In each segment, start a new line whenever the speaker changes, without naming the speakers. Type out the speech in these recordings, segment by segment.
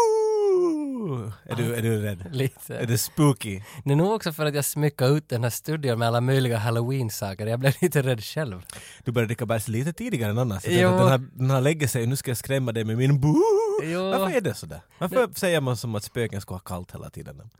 Boo! Är du, är du rädd? Är
Lite.
det spooky?
Det är nog också för att jag smyckade ut den här studion med alla möjliga halloween-saker. Jag blev lite rädd själv.
Du börjar dricka bärs lite tidigare än annars. Jag
Jo.
tänkte att Den här, den här lägger sig, nu ska jag skrämma dig med min boo!
Jo.
Varför är det sådär? Varför säger man som att spöken ska ha kallt hela tiden?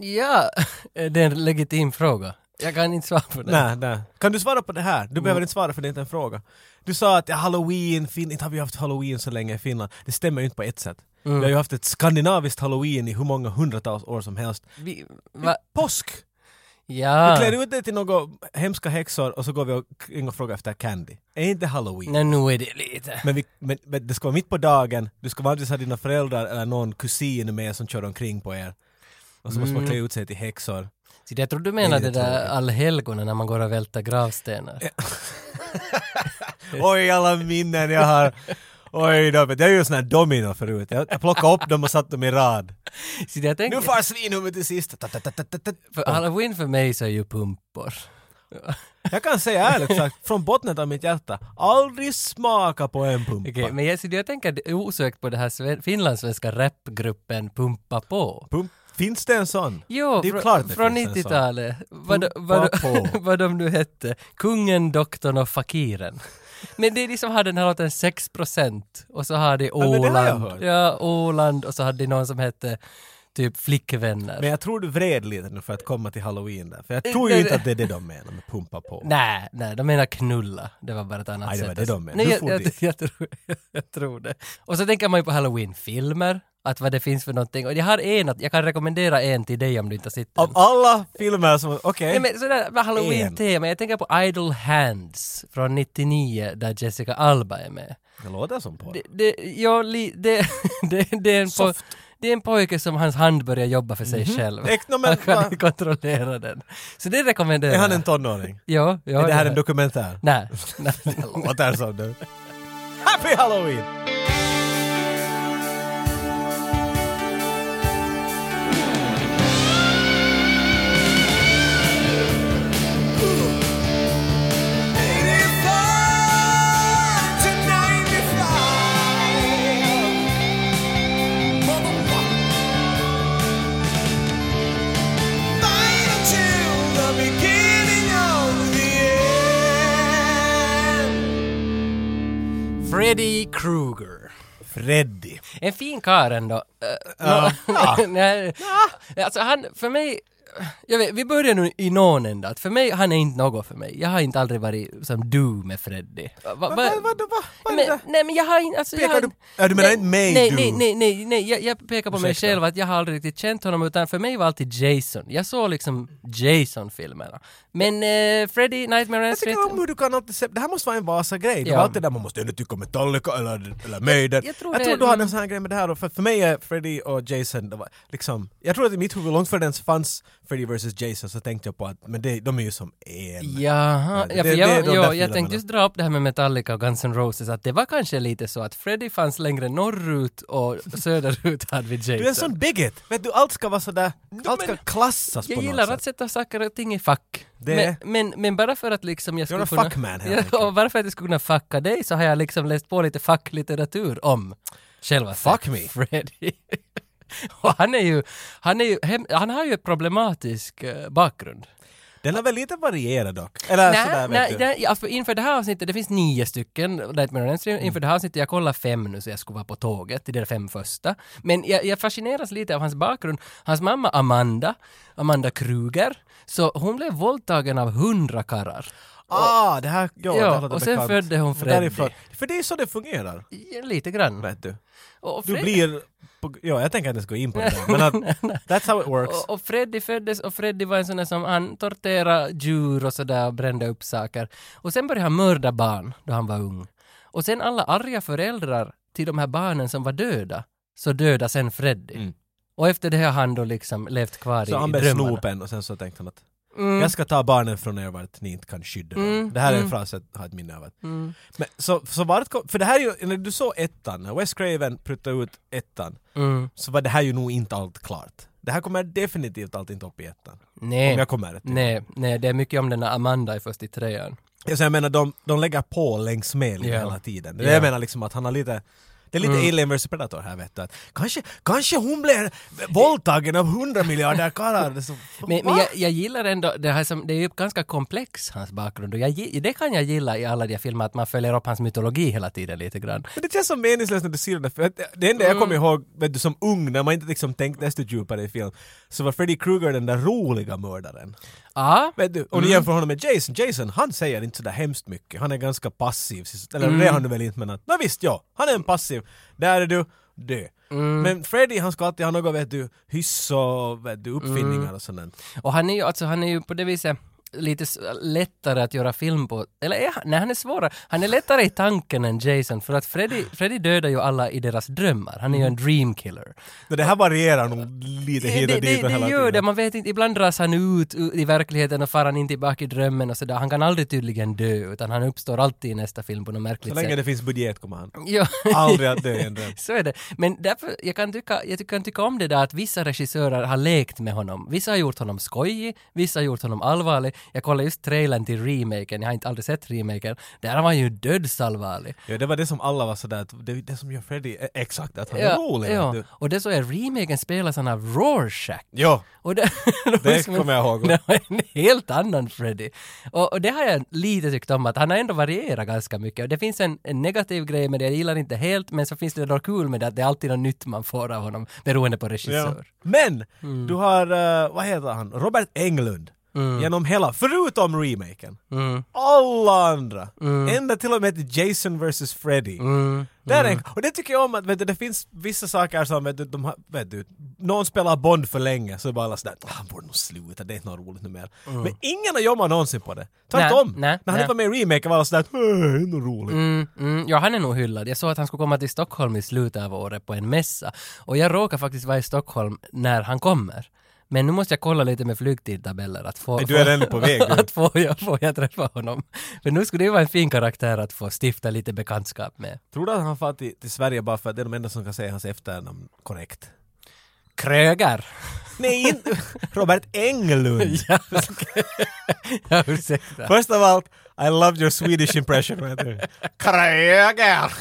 Ja, det är en legitim fråga. Jag kan inte svara på det.
Nej, nej. Kan du svara på det här? Du
Mm.
behöver inte svara för det är inte en fråga. Du sa att ja, halloween, fin- inte har vi haft halloween så länge i Finland. Det stämmer ju inte på ett sätt.
Mm.
Vi har ju haft ett skandinaviskt halloween i hur många hundratals år som helst.
Vi, va?
Påsk! Vi
Ja.
klär ut dig till några hemska häxor och så går vi och kring och frågar efter candy. Är inte halloween?
Nej, nu är det lite.
Men, vi, men, men det ska vara mitt på dagen, du ska vanligtvis ha dina föräldrar eller någon kusin med som kör omkring på er. Och så
Mm.
måste man klä ut sig till häxor.
Så jag tror du menar
Det
det
är
där
tråkigt.
allhelgona när man går och välter gravstenar.
Oj, alla minnen jag har! Oj då, men det är ju sån här domino förut. Jag, jag plockade upp dem och satte dem i rad.
Så jag tänker,
Nu far svinhuvudet till sist! Ta, ta, ta, ta, ta, ta.
för halloween för mig så är ju pumpor.
Jag kan säga ärligt sagt, från bottnet av mitt hjärta, aldrig smaka på en pumpa.
Okej, men jag, så jag tänker osökt på det här sve- finlandssvenska rapgruppen Pumpa på.
Pump. Finns det en sån?
Jo,
det är ju
frå-
klart det
från
finns en sån.
90-talet. Vad, de-
Pumpa
vad, de-
på.
vad de nu hette. Kungen, doktorn och fakiren. Men det är de som har den här låten 6% och så har de
men det har jag
Åland.
hört.
Ja, Åland och så hade de någon som hette typ Flickvänner.
Men jag tror du vred lite nu för att komma till halloween där. För jag tror ju
Nej,
inte
nej.
att det är det de menar med pumpa på.
Eh, Nej, nej, de menar knulla. Det var bara ett annat
Nej, det
sätt.
var
att-
det de menade.
Nej,
Du
jag,
for
jag, jag,
dit.
tror, jag tror det. Och så tänker man ju på halloween-filmer, att vad det finns för någonting. Och jag har en, att jag kan rekommendera en till dig om du inte har sett den.
Av alla filmer som... Okej.
Nej men sådär med halloween-tema, jag tänker på Idle Hands från 99 där Jessica Alba är med.
Det låter som porr.
Det, det, ja, li, det, det, det, är en po-
Soft.
det är en pojke som hans hand börjar jobba för sig själv.
Äck, no, men
Han kan
va-
inte kontrollera den. Så det rekommenderar
Är
jag.
han en tonåring?
Ja, ja.
är det här
ja.
en dokumentär?
Nej. nej.
Det låter som det. Happy Halloween!
Freddy Krueger.
Freddy.
En fin karl ändå. Eh, nå- nej. Alltså han, för mig, jag vet, vi börjar nu i någon ända. Att För mig, han är inte något för mig. Jag har inte aldrig varit som du med Freddy. Va, va,
Vad va, va, va är det
men,
där?
nej men jag har inte, alltså, jag
Pekar
har,
du- Ja, du menar inte mig,
nej,
du?
nej, nej, nej, nej, jag, jag pekar på mig
Ursäkta.
själv att jag har aldrig riktigt känt honom utan för mig var alltid Jason. Jag såg liksom Jason-filmerna. Men eh, Freddy, Nightmare on Elm
Jag
Street...
tycker om hur Alltså, du kan alltid se... Det här måste vara en Vasa-grej. Det
Ja.
var alltid där man måste ändå tycka om Metallica eller, eller Maiden.
Jag- jag tror det-
du hade
mm.
en sån här grej med det här då. För, för mig är Freddy och Jason, det var, liksom... Jag tror att i mitt huvud, långt före det ens fanns Freddy vs Jason, så tänkte jag på att men det, de är ju som en.
Jaha,
Ja,
ja, för
det- det är
jag,
de där
jo, jag
filmerna.
tänkte just dra upp det här med Metallica och Guns N' Roses, att det var kanske lite så att Freddy fanns längre norrut och söderut hade vi Jason.
Du är en sån bigot! Vet du, allt ska vara sådär... Allt ska
men-
klassas på
jag
något
gillar
sätt.
att sätta saker och ting i fack.
Det-
Men, men, men bara för att liksom jag
You're
skulle
a
kunna...
fuckman helt enkelt.
ja, och bara för att jag skulle kunna fucka dig så har jag liksom läst på lite facklitteratur om själva
Fuck me.
Freddy. och han är ju, han är ju, hem, han har ju en problematisk eh, bakgrund.
Den har väl lite varierat dock? Eller Äh, sådär
Nej,
vet
nej,
du.
nej ja, för inför det här avsnittet, det finns nio stycken Nightmare on Elm Street,
Mm.
inför det här avsnittet, jag kollar fem nu så jag skulle vara på tåget, i de där fem första. Men jag, jag fascineras lite av hans bakgrund. Hans mamma Amanda, Amanda Kruger, så hon blev våldtagen av hundra karrar.
Ah, det här, ja, det
Ja,
här låter
och sen
bekant.
födde hon
Och därifrån-
Freddy.
För det är så det fungerar,
Ja, Lite grann.
vet du.
Och
Du
Fred-
blir... På, ja, jag tänker inte ens gå in på det där, men att, that's how it works.
Och, och Freddy föddes och Freddy var en sån där som han torterade djur och sådär och brände upp saker. Och sen började han mörda barn då han var ung. Och sen alla arga föräldrar till de här barnen som var döda, så döda sen Freddy.
Mm.
Och efter det har han då liksom levt kvar
Så
i, i
han blev
drömmarna.
snopen och sen så tänkte han att
Mm.
jag ska ta barnen från er vart ni inte kan skydda dem.
Mm,
Det här är en
mm.
fras jag har ett minne av. att-
Mm.
Men, så, så vart kom, för det här är ju, när du såg ettan, när Wes Craven pruttade ut ettan,
Mm.
så var det här ju nog inte allt klart. Det här kommer definitivt allt inte upp i ettan. Om
Nej.
jag kommer rätt.
Nej, nej, det är mycket om den där Amanda i först i trean.
Så jag menar, de, de lägger på längs med lite
Ja.
hela tiden. Det är
Ja. Mm.
det jag menar liksom att han har lite... Det är lite Alien vs Predator här vet du. Att kanske, kanske hon blev våldtagen av hundra miljarder karlar. Det är så-
Men,
Va?
men jag, jag gillar ändå, det, här som, det är ju ganska komplex hans bakgrund och jag, gi- det kan jag gilla i alla de här filmerna att man följer upp hans mytologi hela tiden lite grann.
Men det känns så meningslöst när du ser det, för att det enda
Mm.
jag kommer ihåg, vet du, som ung, när man inte liksom tänkte desto djupare i film, så var Freddy Krueger den där roliga mördaren.
Ja,
Vet du,
Mm.
om du jämför honom med Jason, Jason han säger inte sådär hemskt mycket, han är ganska passiv, eller
Mm.
det är han väl inte men att, nå visst ja, han är en passiv, där är du, dö.
Mm.
Men Freddy han ska alltid ha något vet du, hyss och vet du, uppfinningar
Mm.
och sånt.
och han är ju, alltså, han är ju på det viset lite s- lättare att göra film på. Eller är han? Nej, han är svårare. Han är lättare i tanken än Jason för att Freddy, Freddy dödar ju alla i deras drömmar. Han är ju en
Mm.
dream killer.
Men Det här varierar nog lite
Det,
hit
det,
och
det,
dit och hela
det gör det,
tiden.
man vet inte. Ibland dras han ut u- i verkligheten och far han in tillbaka i drömmen och sådär. Han kan aldrig tydligen dö utan han uppstår alltid i nästa film på något
Så
märkligt
länge
sätt.
det finns budget kommer han
Ja.
aldrig att dö i en dröm.
Så är det. Men därför, jag kan, tycka, jag kan tycka om det där att vissa regissörer har lekt med honom. Vissa har gjort honom skojig, vissa har gjort honom allvarlig. Jag kollade just trailern till remaken, jag har inte aldrig sett remaken. Där var han ju dödsallvarlig.
Ja, det var det som alla var sådär, att det är det som gör Freddy, eh, exakt, att han är rolig.
ja.
Du-
Och det så är remaken spelas han av Rorschach.
Ja,
Och det,
Det kommer jag ihåg.
Det var en helt annan Freddy. Och, och det har jag lite tyckt om att han har ändå varierat ganska mycket. Och det finns en, en negativ grej med det, jag gillar inte helt, men så finns det något kul med det att det är alltid något nytt man får av honom beroende på
ja.
regissör.
Men!
Mm.
Du har, eh, vad heter han, Robert Englund. Genom hela, förutom remaken.
Mm.
Alla andra! Ända till och med till Jason vs Freddy.
Mm.
Där är en, och det tycker jag om att vet du, det finns vissa saker som, vet du, de, har- vet du, någon spelar Bond för länge så är bara alla sådär, "Ah, han borde nog sluta, det är inte något roligt nu mer. Men ingen har jobbat någonsin på det. Tvärtom!
Mm. Nej, nej,
När han
nej.
inte var med i remaken var alla sådär, "Eh, det är nog roligt.
Mm, mm, ja, han är nog hyllad. Jag såg att han skulle komma till Stockholm i slutet av året på en mässa. Och jag råkar faktiskt vara i Stockholm när han kommer. Men nu måste jag kolla lite med flygtidtabeller att få...
Nej, du är
få-
redan på väg, du.
att få jag, får jag träffa honom. För nu skulle det ju vara en fin karaktär att få stifta lite bekantskap med.
Tror du att han far till, till Sverige bara för att det är de enda som kan säga hans efternamn korrekt?
Krögar!
Nej, inte Robert Englund!
ja, okej. ja, ursäkta.
First of all, I loved your Swedish impression right there. Kröger!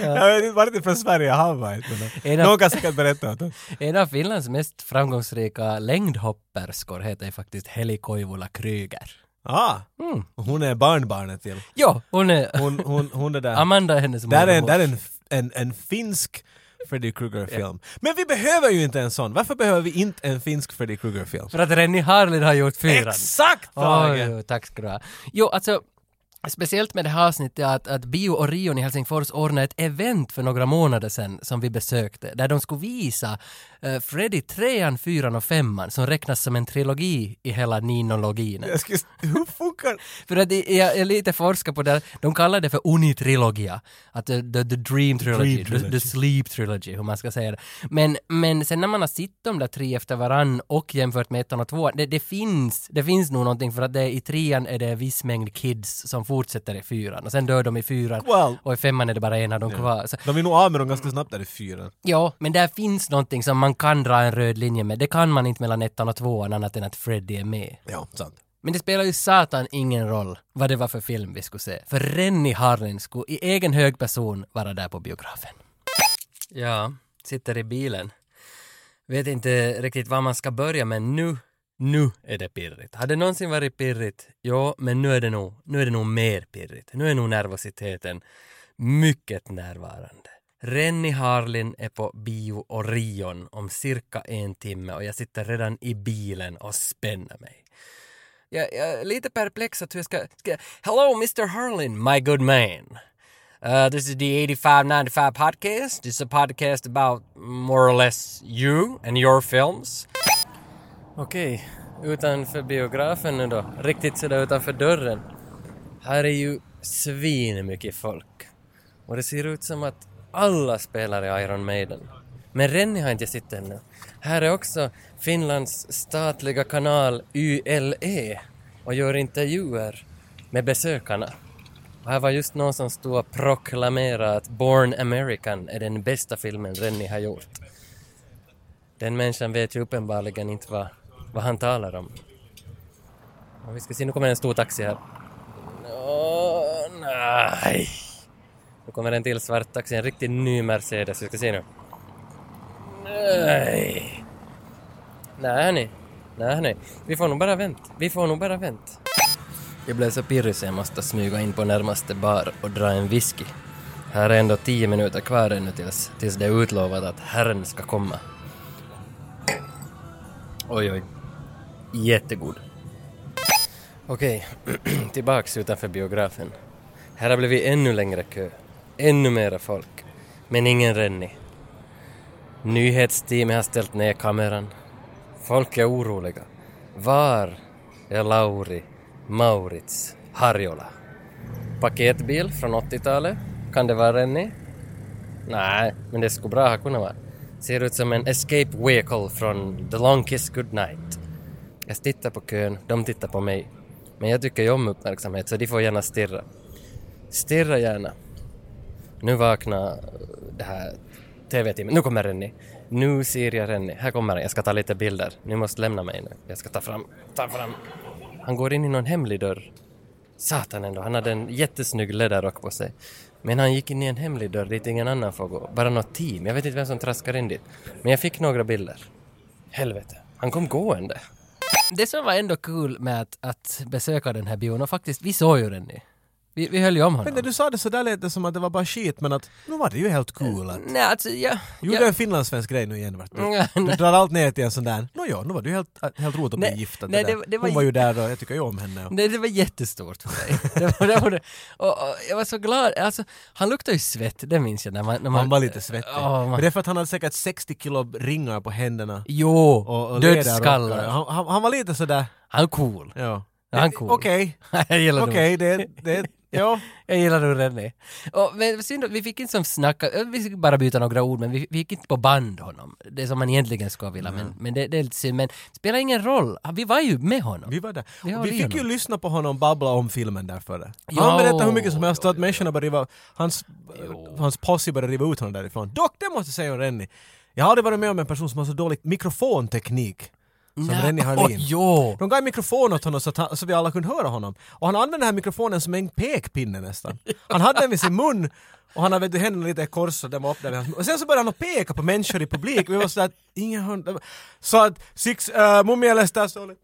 Jag vet inte, var det från Sverige han var? inte, men
En av-
Någon kan säkert berätta åt oss.
En av Finlands mest framgångsrika längdhopperskor heter ju faktiskt Heli Koivula Kröger.
Ah,
Mm.
hon är barnbarnet till.
Ja, hon är...
Hon, hon, hon är där.
Amanda är hennes
Där är, en-
mormor.
där är en, en, en finsk Freddy Krueger-film. Men vi behöver ju inte en sån. Varför behöver vi inte en finsk Freddy Krueger-film?
För att Rennie Harlin har gjort fyran.
Exakt! Tage!
Oj, tack ska du ha. Jo, alltså Speciellt med det här avsnittet att, att Bio Orion i Helsingfors ordnade ett event för några månader sedan som vi besökte där de skulle visa eh, Freddy 3, 4 och 5 som räknas som en trilogi i hela ninologin.
Jag skulle, hur funkar
För att det- jag är lite forskar på det, de kallar det för unitrilogia. Att the, the, the dream trilogy,
Dream trilogy.
the, the sleep trilogy, hur man ska säga det. Men, men sen när man har sett de där tre efter varann och jämfört med ettan och tvåan, det, det finns, det finns nog någonting för att det, i trean är det en viss mängd kids som fortsätter i fyran och sen dör de i fyran
Well.
och i femman är det bara en av dem kvar. Så,
De är nog av med dem ganska snabbt där i fyran.
ja, men där finns någonting som man kan dra en röd linje med. Det kan man inte mellan ettan och tvåan annat än att Freddy är med.
Ja, sant.
Men det spelar ju satan ingen roll vad det var för film vi skulle se. För Rennie Harlin skulle i egen hög person vara där på biografen. Ja, sitter i bilen. Vet inte riktigt var man ska börja men nu, nu är det pirrigt. Hade det någonsin varit pirrigt? Ja, men nu är det nog, nu är det nog mer pirrigt. Nu är nog nervositeten mycket närvarande. Rennie Harlin är på Bio Orion om cirka en timme och jag sitter redan i bilen och spänner mig. Jag, jag är lite perplex att hur jag ska, ska... Hello Mr Harlin, my good man. Uh, this is the 8595 podcast. This is a podcast about more or less you and your films. Okej, utanför biografen nu då. Riktigt sådär utanför dörren. Här är ju svin mycket folk. Och det ser ut som att alla spelar i Iron Maiden. Men Rennie har inte sett ännu. Här är också Finlands statliga kanal YLE och gör intervjuer med besökarna. Och här var just någon som stod och proklamerade att Born American är den bästa filmen Rennie har gjort. Den människan vet ju uppenbarligen inte vad, vad han talar om. Och vi ska se, nu kommer en stor taxi här. Åh, nej. Nu kommer en till svart taxi, en riktigt ny Mercedes. Vi ska se nu. Nej. Nej, nej. Nej, nej. Vi får nog bara vänta. Vi får nog bara vänta. Jag blev så pirrig så jag måste smyga in på närmaste bar och dra en whisky. Här är ändå tio minuter kvar ännu tills, tills det är utlovat att Herren ska komma. Oj, oj. Jättegod. Okej, tillbaks utanför biografen. Här har blivit ännu längre kö. Ännu mera folk. Men ingen Rennie. Nyhetsteamet har ställt ner kameran. Folk är oroliga. Var är Lauri, Maurits, Harjola? Paketbil från 80-talet? Kan det vara Rennie? Nej, men det skulle bra ha kunnat vara. Ser ut som en escape vehicle från The Long Kiss Goodnight. Jag tittar på kön, de tittar på mig. Men jag tycker ju om uppmärksamhet så de får gärna stirra. Stirra gärna. Nu vaknar det här TV-teamet. Nu kommer Rennie. Nu ser jag Rennie. Här kommer han. Jag ska ta lite bilder. Ni måste lämna mig nu. Jag ska ta fram, ta fram. Han går in i någon hemlig dörr. Satan ändå, han hade en jättesnygg läderrock på sig. Men han gick in i en hemlig dörr dit ingen annan får gå. Bara något team. Jag vet inte vem som traskar in dit. Men jag fick några bilder. Helvete. Han kom gående. Det som var ändå kul med att, att besöka den här bion och faktiskt, vi såg ju Rennie. Vi, vi höll ju om
Men när
honom.
du sa det så där lät det som att det var bara skit men att nu var det ju helt cool att...
Nej, alltså jag...
Gjorde en finlandssvensk grej nu igen vart
Mm, Ja,
du, du drar allt ner till en sån där, nåja, nu var det ju helt, helt roligt att bli
Nej,
gift. att
nej,
det där-
det- det var
Hon var ju där och jag tycker ju om henne. Och,
Nej, det var jättestort för mig. Det var, det var det. Och, och, jag var så glad. Alltså, han luktade ju svett, det minns jag. När man, när man,
han var lite svettig.
Ja,
Men
man,
det är för att han hade säkert 60 kilo ringar på händerna.
jo,
Och, och ledarrockar.
dödsskallar.
Han, han, han var lite sådär,
Han är cool.
ja.
Han är cool.
Okej,
jag gillar nog-
okej, det, det, ja.
Jag gillar nog René. Och, men synd, att vi fick inte som snacka, ö, vi fick bara byta några ord men vi, vi gick inte på band honom. Det som man egentligen ska vilja men, men det, det är lite synd. Men det spelar ingen roll, Ah, vi var ju med honom.
Vi var där.
Vi har
och vi
Leon.
fick ju lyssna på honom babbla om filmen därför. Han
Ja.
berättade hur mycket som helst och att människorna började riva, hans, hans posse började riva ut honom därifrån. Dock, det måste jag säga om Rennie. Jag har aldrig varit med om en person som har så dålig mikrofonteknik som
Nej,
Rennie Harlin.
åh, jo.
De gav en mikrofon åt honom så, att han, så vi alla kunde höra honom. Och han använde den här mikrofonen som en pekpinne nästan. Han hade den vid sin mun och han hade vet du, händerna lite i kors och den var upp där vid hans mun. Och sen så började han att peka på människor i publik. Vi var sådär, ingen hund. Så att, six, uh, mun mielestä se oli...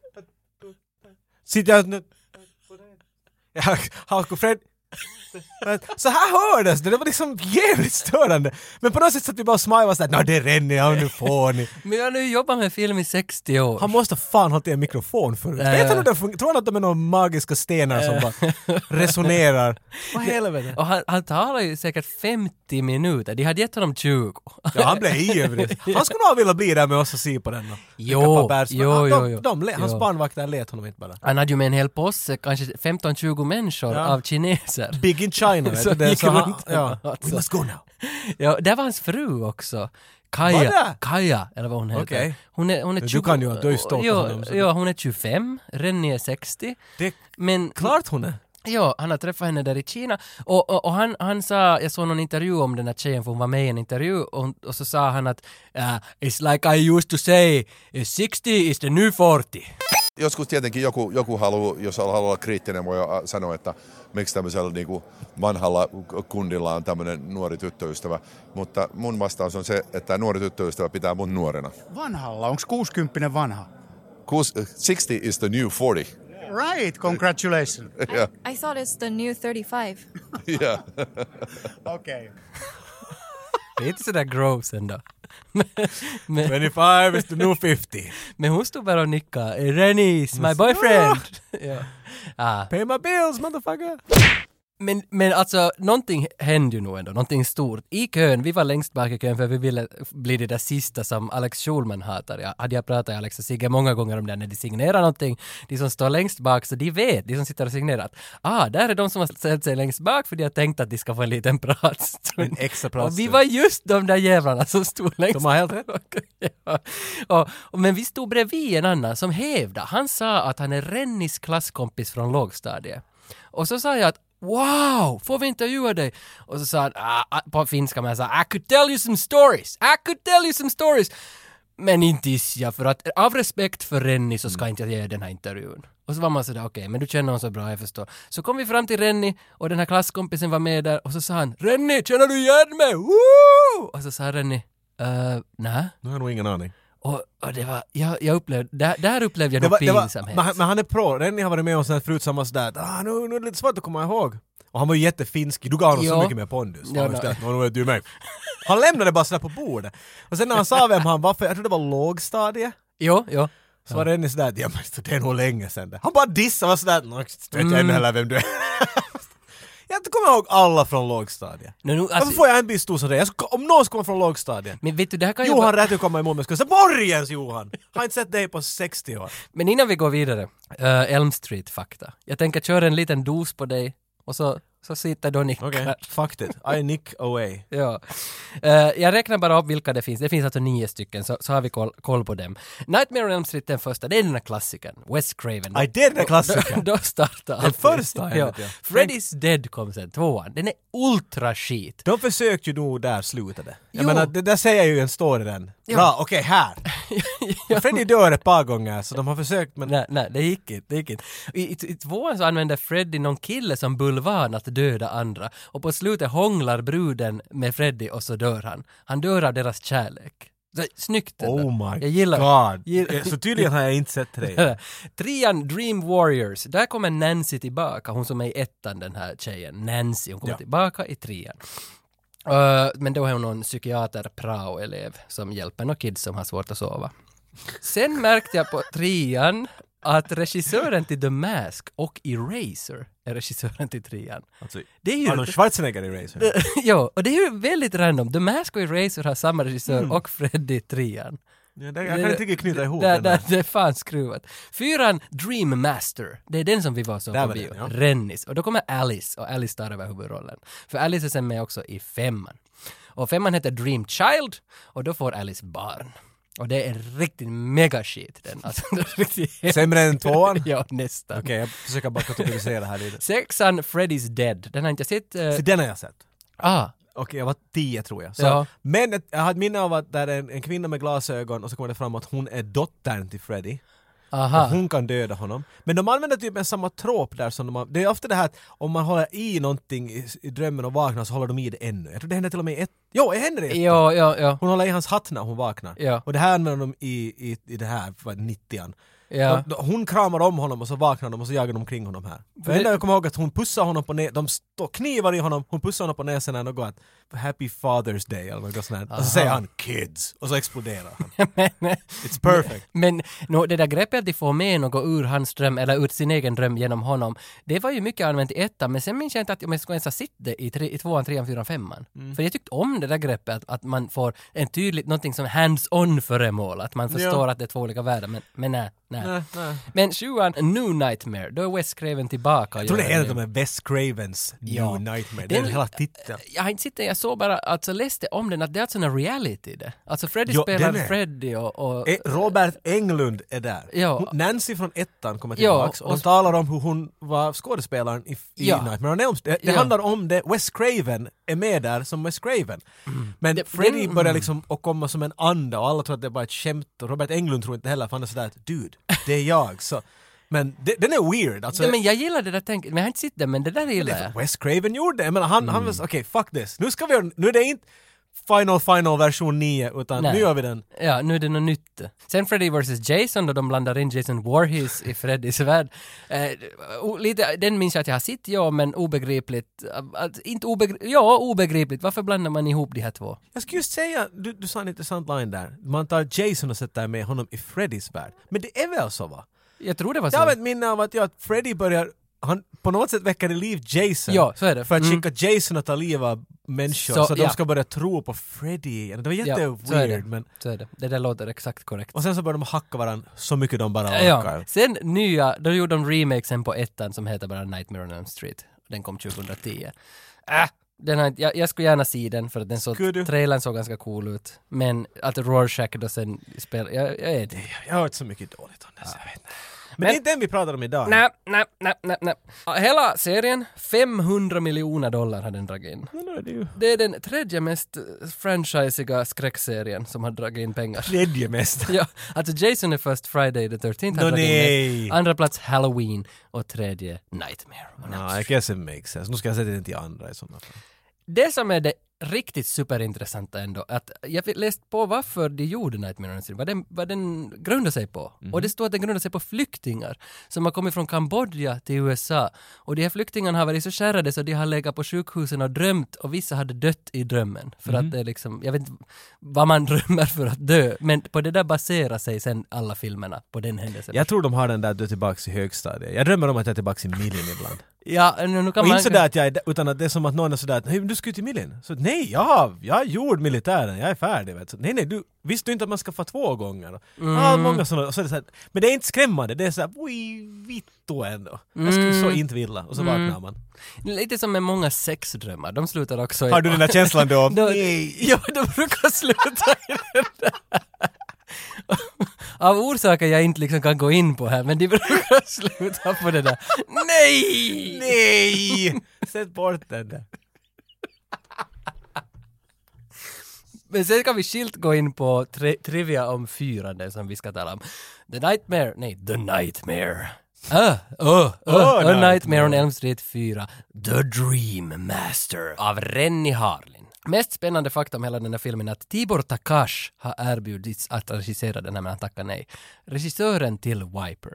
Sitter jag nu... Ja, Halko Fred... Så här hördes det, det var liksom jävligt störande. Men på något sätt satt vi bara och smilade och sådär, nå det ränner jag, nu får ni.
Men jag har nu jobbat med film i 60 år.
Han måste fan ha till en mikrofon förut.
Ja, ja,
Vet han
ja.
hur den fungerar? Tror han att de är några magiska stenar som bara resonerar? Vad helvete?
Och han, han talar ju säkert 50 minuter, de hade gett honom 20.
Ja, han blev ivrig. Han skulle nog vilja bli där med oss och se på den då.
Jo,
Vilka papperspar-
jo,
Han- de,
jo, jo.
De, le- hans
Jo.
barnvakter let honom inte bara.
Han hade ju med en hel posse, kanske 15-20 människor
Ja.
av kineser.
Big in China, vet
Så
du. det,
gick
så han,
runt.
ja.
Alltså.
We must go now.
Ja, där var hans fru också.
Var
Kaja,
det?
Kaja eller vad hon heter.
Okej.
Hon är, hon är
Men du
20
kan ju ha dödstalkat
ja,
honom, så-
ja, hon är 25, Rennie är 60.
Det är
Men
klart hon är.
ja, han har träffat henne där i Kina och, och, och han, han sa, jag såg någon intervju om den här tjejen för hon var med i en intervju och, hon- och så sa han att uh, “It's like I used to say, 60 is the new 40”.
joskus tietenkin joku, joku haluaa, jos haluaa olla kriittinen, voi ä, sanoa, että miksi tämmöisellä niin kuin vanhalla k- kundilla on tämmöinen nuori tyttöystävä. Mutta mun vastaus on se, että nuori tyttöystävä pitää mun nuorena.
Vanhalla, onko 60 vanha?
Kuus- 60 is the new 40.
Right, congratulations.
Yeah,
I thought it's the new 35.
yeah.
Okej. Okay.
Det är inte sådär gross ändå. Men- men,
25 is the new 50.
men hon stod bara och nickade. “Rennie's my boyfriend”. ja. ah,
Pay my bills, motherfucker!
Men, men alltså, någonting hände ju nog ändå, någonting stort. I kön, vi var längst bak i kön för vi ville bli det där sista som Alex Schulman hatar. Jag hade jag pratat med Alex och Sigge många gånger om det här när de signerar någonting. De som står längst bak, så de vet, de som sitter och signerar. att, Ah, där är de som har ställt sig längst bak för de har tänkt att de ska få en liten pratstund.
En extra
Och vi
pratstund.
var just de där jävlarna som stod längst
De har helt rätt.
ja. och, och, men vi stod bredvid en annan som hävdade, han sa att han är Rennis klasskompis från lågstadiet. Och så sa jag att Wow! Får vi intervjua dig? Och så sa han ah, ah, på finska, men jag sa I could tell you some stories, I could tell you some stories. Men inte isja, för att av respekt för Rennie så
Mm.
ska inte jag ge den här intervjun. Och så var man sådär, okej, men du känner honom så bra, jag förstår. Så kom vi fram till Rennie och den här klasskompisen var med där och så sa han Rennie, känner du igen mig? Woo! Och så sa Rennie, uh, nä?
Nu har jag nog ingen aning.
Och, och det var, jag, jag upplevde, där, där upplevde jag
Det
nog
var, det var,
pinsamhet.
men, han- men han är pro, Rennie har varit med om sånt här förut som var sådär att, ah, nu, nu är det lite svårt att komma ihåg. Och han var ju jättefinsk, du gav honom så
Ja.
mycket mer pondus.
Ja,
Ja,
nej.
no. vet ju mig. Han lämnade det bara sådär på bordet. Och sen när han sa vem han var, för jag tror det var lågstadie,
Jo, jo.
så var Rennie sådär att, ja men det är nog länge sedan det. Han bara dissade och var sådär, "Nå, vet jag
Mm.
ännu heller vem du är. jag kommer ihåg alla från lågstadiet.
No, nu,
Varför
alltså,
får jag en bli stor som dig? Jag ska- Om någon ska komma från lågstadiet.
men vet du, det här kan ju vara-
Johan Räty kommer emot mig och ska borgens Johan! Har inte sett dig på 60 år.
Men innan vi går vidare, eh, Elm Street-fakta. Jag tänker köra en liten dos på dig och så, så sitter du och nickar.
Okej, fuck it. I nick away.
Ja. Eh, jag räknar bara upp vilka det finns. Det finns alltså nio stycken, så, så har vi koll, koll på dem. Nightmare on Elm Street, den första, det är den här klassikern. Wes Craven.
Aj, det är den där klassikern.
Då, då startar allt.
första,
ja.
enligt jag.
Freddy's Dead kom sen, tvåan. Den är ultra shit.
De försökte ju nog där sluta det. Jag
Jo.
menar, det där säger ju en story den.
Jo.
Bra, okej här! Freddy dör ett par gånger så de har försökt men...
Nej, nej, det gick inte. Det gick inte. I, i, I tvåan så använder Freddy någon kille som bulvan att döda andra och på slutet hånglar bruden med Freddy och så dör han. Han dör av deras kärlek. Så, snyggt! ändå.
Oh my
jag gillar,
god!
gill-
Så tydligen har jag inte sett tre.
Trean, Dream Warriors. Där kommer Nancy tillbaka, hon som är i ettan den här tjejen. Nancy, hon kommer
Ja.
tillbaka i trean. Eh, men då är hon någon psykiater prao-elev som hjälper några kids som har svårt att sova. Sen märkte jag på trean att regissören till The Mask och Eraser är regissören till trean.
Alltså,
Det är ju...
Arnold Schwarzenegger i Razor.
ja, och det är ju väldigt random. The Mask och Eraser har samma regissör och Freddy i trean.
Ja, det- Jag kan inte riktigt knyta ihop
Det,
den
det,
där.
det är fan skruvat. Fyran, Dream Master. Det är den som vi var så
Där
på
var
bio.
den, ja.
Rennis. Och då kommer Alice, och Alice tar över huvudrollen. För Alice är sen med också i femman. Och femman heter Dream Child, och då får Alice barn. Och det är riktigt mega shit den. Alltså, det är riktigt...
Sämre än tvåan? Okej,
ja, nästan.
jag försöker bara kategorisera här lite.
Sexan, Freddy's Dead. Den har inte jag sett. eh,
Så den har jag sett.
ah,
Okej, jag var tio tror jag. Så,
Ja.
Men ett, jag hade minne av att där är en, en kvinna med glasögon och så kommer det fram att hon är dottern till Freddy.
aha.
Och hon kan döda honom. Men de använder typ en samma trop där som de har, Det är ofta det här att om man håller i någonting i, i drömmen och vaknar så håller de i det ännu. Jag tror det händer till och med i ett... Jo, det händer i ett.
Ja, ja, ja.
Hon håller i hans hatt när hon vaknar.
Ja.
Och det här använder de i, i, i det här, vad, 90an.
ja.
Och då- Hon kramar om honom och så vaknar de och så jagar de omkring honom här. För
det-
det enda jag kommer ihåg är att hon pussar honom på näsan, de står knivar i honom, hon pussar honom på näsan och går att “Happy Father's Day” eller något sånt här. Och så säger han “Kids” och så exploderar han. It's perfect.
Men nå det där greppet att de får med något ur hans dröm eller ur sin egen dröm genom honom, det var ju mycket använt i ettan, men sen minns jag inte att om jag skulle ens ha sett det i, tre, i tvåan, trean, fyran, femman.
Mm.
För jag tyckte om det där greppet att, att man får en tydligt, någonting som hands-on föremål, att man förstår att det är två olika världar, men, men nej, nej. Men sjuan, New Nightmare, då är Wes Craven tillbaka. och
Jag tror det
gör
är en
nu.
av de här Wes Cravens
Ja.
New Nightmare. Det är
Den-
hela titeln.
jag har inte sett den, jag såg bara, alltså läste om den, att det är alltså en reality det. Alltså Freddy
Jo,
spelar
den är-
Freddy och... och
Eh, Robert Englund är där.
Ja.
Hon- Nancy från ettan kommer
Ja,
tillbaks och
och
de
s-
talar om hur hon var skådespelaren i, i
Ja.
Nightmare on Elm Street. Det, det
Ja.
handlar om det, Wes Craven är med där som Wes Craven. Men Freddy
den-
börjar liksom att komma som en anda och alla tror att det är bara ett skämt och Robert Englund tror inte heller för han är sådär att dude, det är jag. Så, men det, den är weird. Alltså,
Nej, men jag gillar det där tänket, men jag har inte sett den, men det där
det är
gillar
för
jag.
att Wes Craven gjorde det. Jag menar, han, han var så, okej fuck this, nu ska vi göra, nu är det inte Final Final version 9 utan
Nej.
nu gör vi den
Ja, nu är det något nytt. Sen Freddy vs. Jason då de blandar in Jason Voorhees i Freddys värld. Eh, o- lite, den minns jag att jag har sett, ja, men obegripligt. Eh, Att, inte obegripligt, ja, obegripligt. Varför blandar man ihop de här två?
Jag skulle just säga, du, du sa en intressant line där. Man tar Jason och sätter med honom i Freddys värld. Men det är väl så va?
Jag tror det var så.
Jag har ett minne av att, ja, att Freddy börjar, han på något sätt väcker i liv Jason.
Ja, så är det.
För att
Mm.
skicka Jason att ta liv av människor
Så,
så,
ja.
de ska börja tro på Freddy igen. Det var
ja,
jätteweird
så är det.
men...
Så är det. Det där låter exakt korrekt.
Och sen så börjar de hacka varandra så mycket de bara orkar.
Ja. Sen nya, då gjorde de remakesen på ettan som heter bara Nightmare on Elm Street. Den kom 2010. Äh, den har, inte- jag, jag skulle gärna se den för att den såg,
Skulle du?
trailern såg ganska cool ut. Men att Rorschach då sen spelar, jag, jag är inte
Jag har hört så mycket dåligt om det så jag vet inte. Men det är inte den vi pratar om idag.
Nä, nä, nä, nä, nä. Hela serien, 500 miljoner dollar har den dragit in.
Men då är det ju
Det är den tredje mest eh, franchisiga skräckserien som har dragit in pengar.
tredje mest.
Ja, alltså Jason är först Friday the 13th. har
Nå,
dragit in
nej.
mest. Andra plats Halloween och tredje Nightmare. on Elm
Nej, I guess it makes sense. Nu ska jag sätta den till andra i sådana fall.
det som är det riktigt superintressanta ändå, att jag fick- läst på varför de gjorde Nightmare on Elm Street, vad den, vad den grundar sig på.
Mhm.
Och det står att den grundar sig på flyktingar som har kommit från Kambodja till USA. Och de här flyktingarna har varit så skärrade så de har legat på sjukhusen och drömt och vissa hade dött i drömmen. För
Mhm.
att det är liksom, jag vet inte vad man drömmer för att dö, men på det där baserar sig sen alla filmerna, på den händelsen.
Jag tror de har den där du är tillbaks i högstadiet. Jag drömmer om att jag är tillbaks i Millen ibland.
Ja, nu, nu kan
Och
man...
inte sådär att jag är, utan att det är som att någon är sådär att hej, men du ska ju till Millen. Så att, nej, jag har, jag har gjort militären, jag är färdig. Vet. du. Så, nej, nej, du, visste du inte att man ska få två gånger? Ja,
Mm.
många sådana. Och så är det såhär, men det är inte skrämmande, det är såhär, oj, vittu ändå. Jag skulle
Mm.
så inte vilja. Och så vaknar man.
Lite som med många sexdrömmar, de slutar också i-
Har du den där känslan då?
Då,
nej.
ja, de brukar sluta i den där. Av orsaker jag inte liksom kan gå in på här, men de brukar sluta på det där. Nej!
Nej! Sätt bort den där.
Men sen kan vi skilt gå in på tri- trivia om fyran, det som vi ska tala om. The Nightmare, nej, The Nightmare. Ah, oh, oh,
Oh,
A Nightmare,
Nightmare.
on Elm Street 4, The Dream Master av Rennie Harlin. Mest spännande fakta om hela den här filmen är att Tibor Takash har erbjudits att regissera den här men han tackar nej. Regissören till Wiper.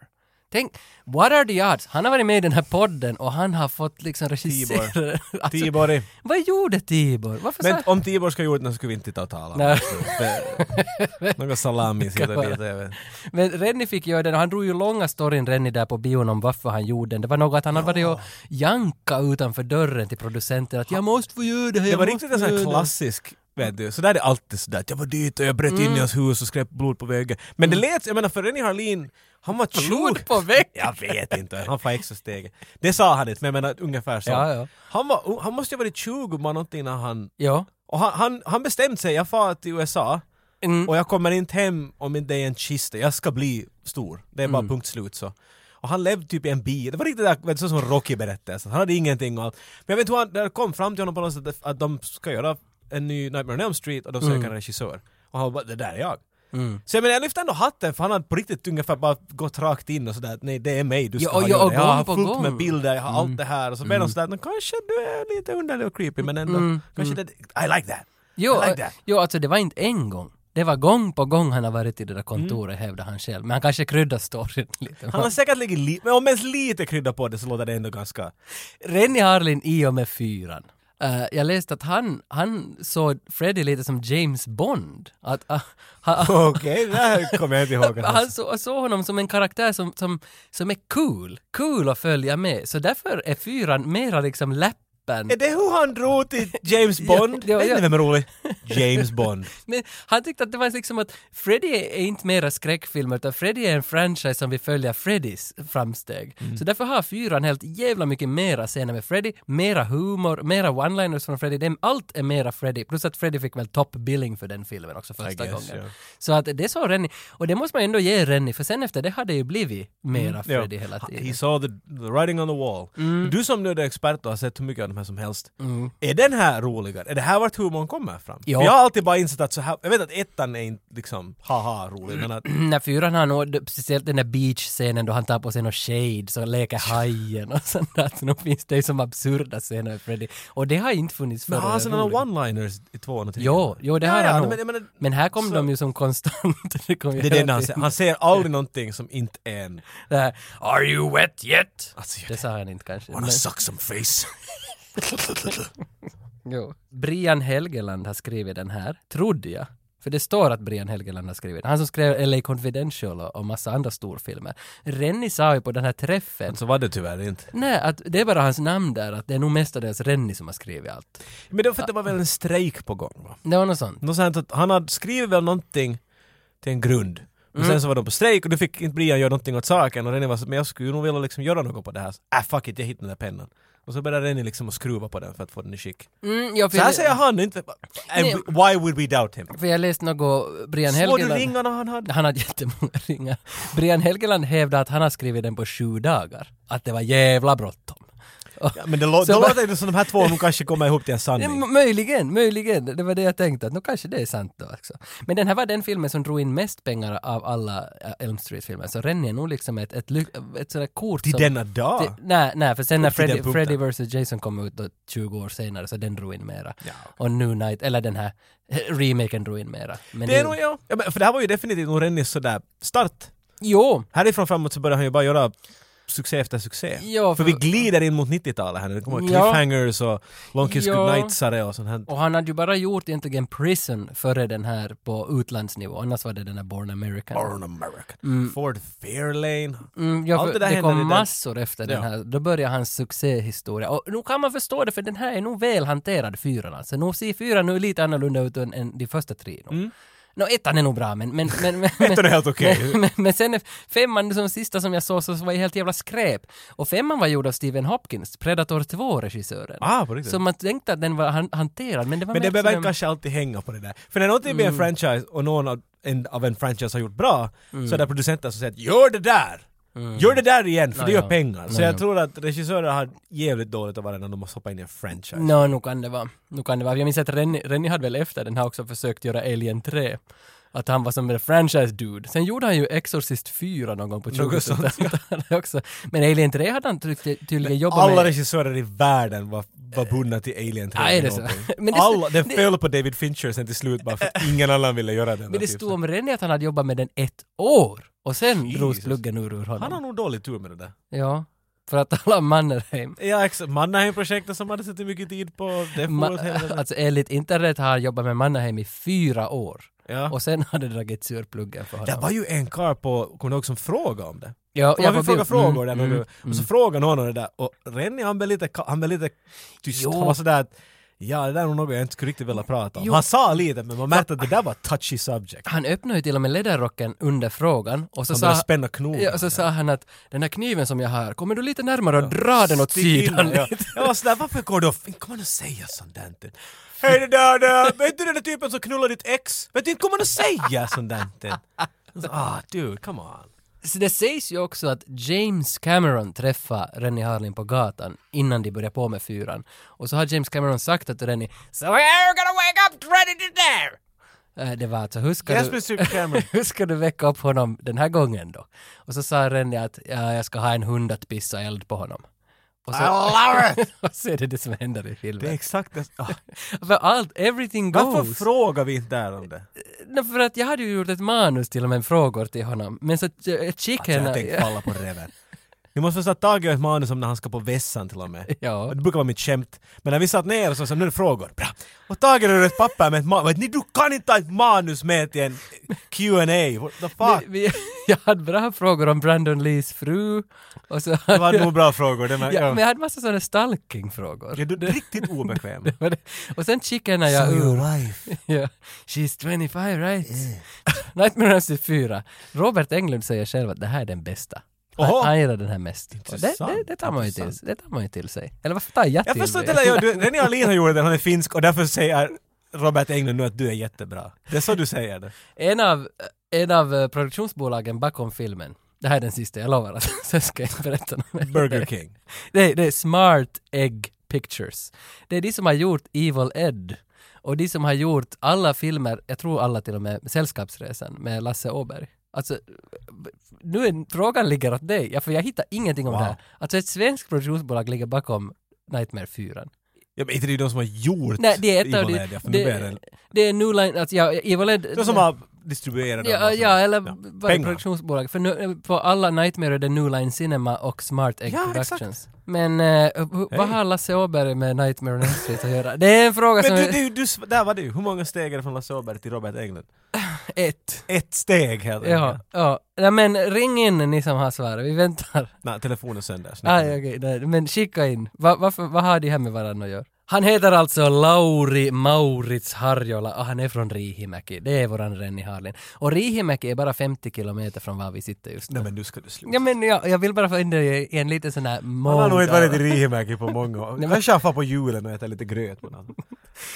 Tänk, what are the odds? Han har varit med i den här podden och han har fått liksom regissera.
Tibor.
Alltså,
Tibor.
Vad gjorde Tibor? Varför sa
Men om Tibor ska ha gjort den så skulle vi inte ta och tala om
Nej.
det. Det- Några salami hit och dit. jag vet.
Men Rennie fick göra den och han drog ju långa storyn Rennie där på bion om varför han gjorde den. Det var något att han hade varit och janka utanför dörren till producenten att jag måste få göra det här,
Det
jag
var
måste
riktigt
få
en sån
göra
här
det här."
klassisk, vet du, så där är det alltid sådär att jag var dit och jag bröt
Mm.
in i hans hus och skräp blod på väggen. Men det lät, jag menar för Rennie Harlin, han var tjugo.
Blod på väggen?
Jag vet inte, han får extra steg. Det sa han inte, men jag menar ungefär så.
Ja, ja.
Han, var, han måste ju ha varit 20 man någonting när han...
Ja.
Och han, han, han bestämde sig, jag far till USA
Mm.
och jag kommer inte hem om inte det är en kista, jag ska bli stor. Det är bara
Mm.
punkt slut så. Och han levde typ i en bil, det var riktigt där, vet, du, så som Rocky berättade, så han hade ingenting och allt. Men jag vet inte hur han, det kom fram till honom på något sätt att- att de ska göra en ny Nightmare on Elm Street och de
Mm.
söker en regissör. Och han bara, det där är jag. Så jag menar, jag lyfter ändå hatten för han hade på riktigt ungefär bara gått rakt in och sådär att nej det är mig du ska
Ja, och
ha
ja,
gjort
och
det. Jag har
gång på
fullt
gång.
med bilder, jag har
Mm.
allt det här och så blev de sådär, "Nå, kanske du är lite underlig och creepy men ändå, kanske det, I like that.
Mm. Jo,
I like that.
jo, alltså det var inte en gång. Det var gång på gång han har varit i det där
Mm.
kontoret, hävdar han själv. Men han kanske kryddar storyn lite.
Han har säkert lagt li- men om ens lite krydda på det så låter det ändå ganska...
Rennie Harlin i och med fyran. Eh, jag läste att han, han såg Freddy lite som James Bond. Att, ah, ha-
Okej, det här kommer jag inte ihåg.
Men Han så, såg honom som en karaktär som, som, som är cool, cool att följa med. Så därför är fyran mera liksom läppen.
Är det hur han drog till James Bond?
Ja, ja,
Vet
ja.
ni vem är rolig? James Bond.
Men han tyckte att det var liksom att Freddy är inte mera skräckfilmer utan Freddy är en franchise som vill följa Freddys framsteg.
Mm.
Så därför har fyran helt jävla mycket mera scener med Freddy, mera humor, mera one-liners från Freddy. Det- Allt är mera Freddy. Plus att Freddy fick väl top billing för den filmen också första
guess,
gången.
ja.
Så att det sa Rennie. Och det måste man ändå ge Rennie för sen efter det hade ju blivit mera
Mm,
Freddy hela
Han-
tiden. Mm.
He saw the, the writing on the wall. Du som nu är expert och har sett hur mycket av de här som helst. Är den här roligare? Är det här vart humorn kommer fram?
Ja.
För Jag har alltid bara insett att så här, jag vet att ettan är inte liksom haha
Mm.
rolig men att
När fyran har nog, speciellt den där beach-scenen då han tar på sig någon shade så leker hajen och sånt där. Så nog finns det ju som absurda scener med Freddy. Och det har inte funnits förr.
men alltså, har han sådana
Roligt.
one-liners i tvåan och trean?
Jo, jo det
Ja,
har
ja,
han nog.
men jag menar-
Men här kom
så-
de ju som konstant. det kom ju
Det är
hela
det han säger,
tiden.
han säger aldrig någonting som inte är en...
Det här, Are you wet yet?
Alltså,
Det sa han inte kanske.
Wanna
men-
suck some face?
Jo. Brian Helgeland har skrivit den här, trodde jag. För det står att Brian Helgeland har skrivit den. Han som skrev LA Confidential och, och massa andra storfilmer. Rennie sa ju på den här träffen
Så var det tyvärr inte.
Nej, att det är bara hans namn där, att det är nog mestadels Rennie som har skrivit allt.
Men det var för att det var väl en strejk på gång va?
Det var något sånt.
Något sånt att han hade skrivit väl någonting till en grund. Men sen så var de på strejk och då fick inte Brian göra någonting åt saken och René var så men "Ah, jag skulle ju nog vilja liksom göra något på det här. Äh fuck it, jag hittade den där pennan. Och så börjar Rennie liksom att skruva på den för att få den i skick.
Mm, ja, för
Så här
jag-
säger han inte... And
Nej.
we- why would we doubt him?
För jag läste något, Brian
Slår du
Helgeland...
ringarna han hade?
Han hade jättemånga ringar. Brian Helgeland hävdade att han har skrivit den på sju dagar. Att det var jävla bråttom. Och-
Ja, men det lå-
Så
då
va-
låter det som de här två nu kanske kommer ihop till en
Ja,
sanning.
m- möjligen, möjligen. Det var det jag tänkte, att nu kanske det är sant då också. Men den här var den filmen som drog in mest pengar av alla äh, Elm Street-filmer. Så Rennie är nog liksom ett, ett, ly- ett sådär kort
Till
som...
denna dag?
Till- Nej, nej, för sen när
Upp till den
Freddy,
punkten.
Freddy vs. Jason kom ut då 20 år senare så den drog in mera.
Ja.
Och New Night, eller den här eh, remaken drog in mera. Men
Det är nog jag. Ja, men, för det här var ju definitivt nog Rennies sådär start.
Jo!
Härifrån framåt så börjar han ju bara göra succé efter succé.
Ja,
för, vi glider in mot 90-talet här nu. Det kommer
Ja.
cliffhangers och Long Kiss
Ja.
Goodnights-are och sånt här.
Och han hade ju bara gjort egentligen Prison före den här på utlandsnivå, annars var det den här Born American.
Born American. Ford Fairlane.
Mm, ja,
Allt
för
det
det,
där händer i
kom
den-
massor efter den
Ja.
här, då börjar hans succéhistoria. Och nu kan man förstå det, för den här är nog väl hanterad, fyran alltså. Nu ser fyran nu lite annorlunda ut än, än de första tre. Nå, ettan är nog bra, men... men, men, men
Mm. Ettan är helt okej.
men, men, men sen är femman, som sista som jag såg, så var ju helt jävla skräp. Och femman var gjord av Stephen Hopkins, Predator 2-regissören.
Ah, på riktigt.
så man tänkte att den var han, hanterad, men det var
Men det
mer
behöver
som
inte
en-
kanske alltid hänga på det där. För när någonting
Mm.
blir en franchise och någon av en, av en franchise har gjort bra,
Mm.
så är det producenten som säger att ”gör det där!” Gör det där igen, för det
Ja,
gör
ja.
pengar. Så
Ja,
jag
ja.
tror att regissörer har jävligt dåligt av varandra när de måste hoppa in i en franchise.
Nå, nu kan det vara. Nu kan det vara. Jag minns att Rennie, Rennie hade väl efter den här också försökt göra Alien 3. Att han var som en franchise dude. Sen gjorde han ju Exorcist 4 någon gång på 20-talet också. Men Alien 3 hade han tryckt- tydligen jobbat
Alla
med.
regissörer i världen var, var bundna till Alien 3.
Ja, är
eller
Eh, det så?
någonting.
Men det-
Alla, det,
det-
föll på David Fincher sen till slut bara för att ingen annan ville göra den.
Men det
typ.
stod om Rennie att han hade jobbat med den ett år. Och sen
Jesus.
drogs pluggen ur, ur honom.
Han har nog dålig tur med det där.
Ja. För att tala om Mannerheim.
Ja, exakt. Mannerheim-projektet som hade suttit mycket tid på. Det
Ma-
Ma-
alltså enligt internet har han jobbat med Mannerheim i fyra år.
ja.
Och sen hade det dragits ur pluggen för honom.
Det var ju en karl på, kommer du ihåg, som frågade om det?
ja,
Och man fick
på bio.
fråga frågor
Mm,
där
mm,
mm, och så frågade någon om det där och Rennie han blev lite, ka- han blev lite tyst,
Jo.
han var sådär att ja det där är nog något jag inte skulle riktigt vilja prata om.
Jo.
Han sa lite men man märkte att det där var touchy subject.
Han öppnade ju till och med läderrocken under frågan och så,
Han började
sa,
spänna knogarna.
ja, och så sa han att den här kniven som jag har, kommer du lite närmare och
Ja.
dra den åt
Stilla,
sidan?
ja. Jag var sådär, varför går du och, kommer du att säga sånt där inte? Hej det där, där, vet du den där typen som knullar ditt ex? Vet du inte, kommer du att säga sånt där inte? Så, Ah dude, come on.
Så det sägs ju också att James Cameron träffade Rennie Harlin på gatan innan de började på med fyran. Och så har James Cameron sagt att Rennie “So you're gonna wake up ready to dare!” Eh, Det var alltså, hur ska
Yes,
du...
Mr. Cameron.
hur ska du väcka upp honom den här gången då? Och så sa Rennie att ja, jag ska ha en hund att pissa eld på honom. Och så, och så är det det som händer i filmen.
Det är exakt det. Ah,
För allt, everything goes.
varför frågar vi inte där om det?
Nej, för att jag hade ju gjort ett manus till och med frågor till honom. Men så att eh, chicken...
Alltså, jag tänkte falla på reven. Ni måste förstå att Tage har ett manus om när han ska på vässan till och med.
Ja.
Det brukar vara mitt skämt. Men när vi satt ner så sa nu är det frågor. Bra. Och Tage rör ett papper med ett manus. Ni, du kan inte ha ett manus med till en Q&A. What the fuck?
vi, vi, jag hade bra frågor om Brandon Lees fru. Och så,
Det var nog bra frågor. Det var,
ja,
ja,
men jag hade massa sådana stalking-frågor.
Ja, du är riktigt obekväm.
Och sen chickenade jag ur.
life.
Ja. She's 25 right?
Eh.
Nightmare on Elm 4. Robert Englund säger själv att det här är den bästa.
Oho.
Han, han gillar den här mest. Och Det,
Intressant,
det, det, tar man ju till,
intressant.
det tar man ju till sig. Eller varför tar jag till
Jag förstår
mig?
inte heller. jag- du- Renée Ahlin har gjort den, han är finsk och därför säger Robert Englund nu att du är jättebra. Det är så du säger det.
En av, en av eh, produktionsbolagen bakom filmen, det här är den sista, jag lovar att sen ska jag inte berätta något mer.
Burger King.
Det, är- det är Smart Egg Pictures. Det är de som har gjort Evil Ed och de som har gjort alla filmer, jag tror alla till och med Sällskapsresan med Lasse Åberg. Alltså, nu är frågan ligger åt dig, ja, för jag hittar ingenting om
Wow.
det här. Alltså ett svenskt produktionsbolag ligger bakom Nightmare 4.
Ja, men inte det är de som har gjort
Nej, det är ett av
Evil
de...
Ed, ja, för nu börjar
Det, det är New Line, alltså ja, Evil Ed...
De som har distribuerat dem
Ja,
och så.
ja eller ja.
Pengar.
produktionsbolag. För nu, på alla Nightmare är det New Line Cinema och Smart Egg
Ja, exakt.
Productions. Men eh, hu-
Hej.
vad har Lasse Åberg med Nightmare on Elm Street att göra? Det är en fråga
Men
som...
du, du, du, där var du. Hur många steg är det från Lasse Åberg till Robert Englund?
ett.
Ett steg helt enkelt.
Ja, ja. ja, men ring in ni som har svar. Vi väntar.
Nej, telefonen sönder.
Ah, Aj, okej, nej, men skicka in. Va, varför, vad har de här med varandra att göra? Han heter alltså Lauri Maurits Harjola och han är från Riihimäki. Det är våran Renni Harlin. Och Riihimäki är bara 50 kilometer från var vi sitter just nu.
Nej men nu ska du sluta.
Ja men jag, jag vill bara få in det i en liten sån här
Han har nog
mode
inte varit
av-
i Riihimäki på många år. Han tjaffar på julen och äter lite gröt på natten.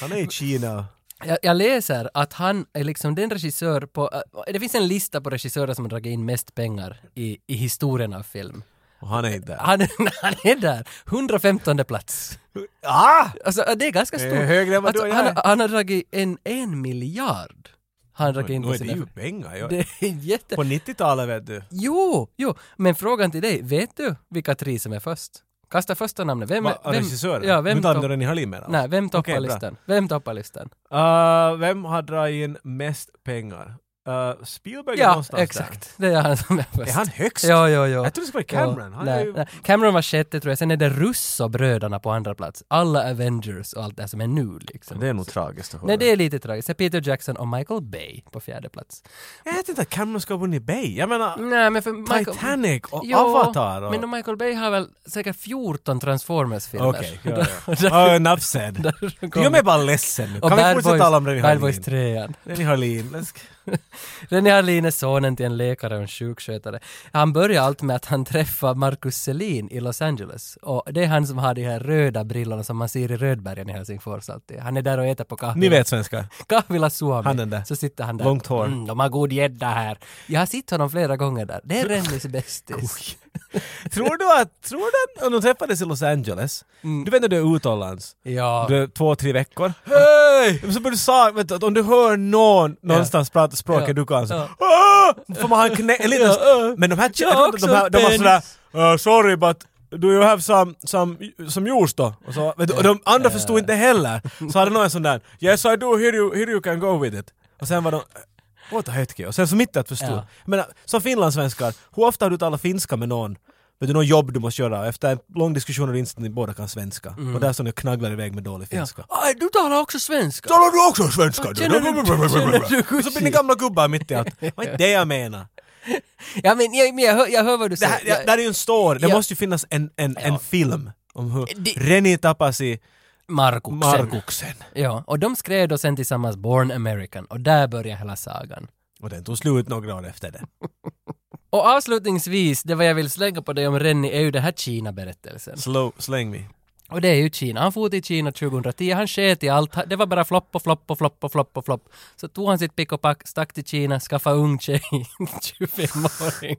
Han är i Kina.
jag, jag läser att han är liksom den regissör på... äh, Det finns en lista på regissörer som har dragit in mest pengar i, i historien av film.
Och han är inte där.
Han, han är där, 115 plats.
Ah!
Alltså det är ganska stort.
Det är högre än vad
alltså,
du och jag
han,
är.
han har dragit en, en miljard. Han har dragit in
Nu
på
är det
sina...
ju pengar.
Det
Jag.
är jätte...
På 90-talet vet du.
Jo, jo, men frågan till dig, vet du vilka tre som är först? Kasta första namnet. Vem,
Va,
vem,
regissören?
Ja, vem,
Utan
topp-
Rennie Hallin menar
nej, vem toppar
Okej, bra.
listan? Vem toppar listan?
Uh, vem har dragit in mest pengar? Uh, Spielberg är
Ja,
någonstans
exakt. Det är han som är
där.
först.
Är han högst?
Ja, ja, ja.
Jag trodde det skulle vara Cameron.
Ja,
Han är
nej,
ju...
nej. Cameron var sjätte tror jag, sen är det Russo-bröderna på andra plats. Alla Avengers och allt det här som är nu liksom.
Det är nog tragiskt att höra.
Nej, det är lite tragiskt. Sen Peter Jackson och Michael Bay på fjärde plats.
Jag vet inte att Cameron ska ha vunnit Bay. Jag menar,
Nej, men för Mm, Michael...
Titanic och
Jo,
Avatar och...
Men och Michael Bay har väl säkert 14 Transformers-filmer.
Okej, ja, ja. Oh, enough said. Du gör mig bara ledsen nu.
Och
Kan vi
Bad
fortsätta
Boys,
tala om Rennie
Bad Boys
Harlin?
3
Rennie Harlin. let's-
René Harlin är sonen till en läkare och en sjukskötare. Han börjar allt med att han träffar Marcus Selin i Los Angeles. Och det är han som har de här röda brillorna som man ser i Rödbergen i Helsingfors alltid. Han är där och äter på kahvila.
Ni vet svenska.
Kahvila Suomi.
Han den där.
Så sitter han där.
Långt hår.
Mm, de har god gädda här. Jag har sett honom flera gånger där. Det är Rennys bästis.
Tror du att, tror du att, om de träffades i Los Angeles, du vet när du är utomlands,
Mm. Ja.
du är två, tre veckor. Hej! Så börjar du sakna, att om du hör någon någonstans prata språket
Ja.
du kan så
Ja.
"Åh!" får man ha en knä, en liten...
Ja.
Men de här
Jag
tjejerna,
har
de,
också
de, här- de
en
var sådär "Uh, “Sorry but do you have some, some, some juice då?” och, så, vet du, och de andra förstod inte heller. Så hade någon en sån där “Yes I do, here you, here you can go with it” och sen var de "Eh, Åta hetki, och sen så mitt i att förstå.
Ja.
Men eh, som finlandssvenskar, hur ofta har du talat finska med någon? Vet du, någon jobb du måste göra? Efter en lång diskussion har du insett att ni båda kan svenska. Och där står ni och knagglar iväg med dålig
Mm. Ja.
finska.
Aj, du talar också svenska.
Talar du också svenska? du?
Känner du- känner du
Och så blir ni gamla gubbar mitt i allt. Vad är det jag menar?
Ja, men jag, men jag, hör, jag hör vad du
Det
säger.
här, det här är ju en story, det
Ja.
måste ju finnas en, en, en film om hur
Det-
Reni tappasi
Markuksen.
Markuksen.
Ja, och de skrev då sen tillsammans Born American och där börjar hela sagan.
Och den tog slut några år efter det.
Och avslutningsvis, det vad jag vill slänga på dig om Rennie är ju den här Kina-berättelsen.
Slow, släng me.
Och det är ju Kina. Han for till Kina 2010, han sket i allt. Det var bara flopp och flopp och flopp och flopp och flopp. Så tog han sitt pick och pack, stack till Kina, skaffade ung tjej, 25-åring.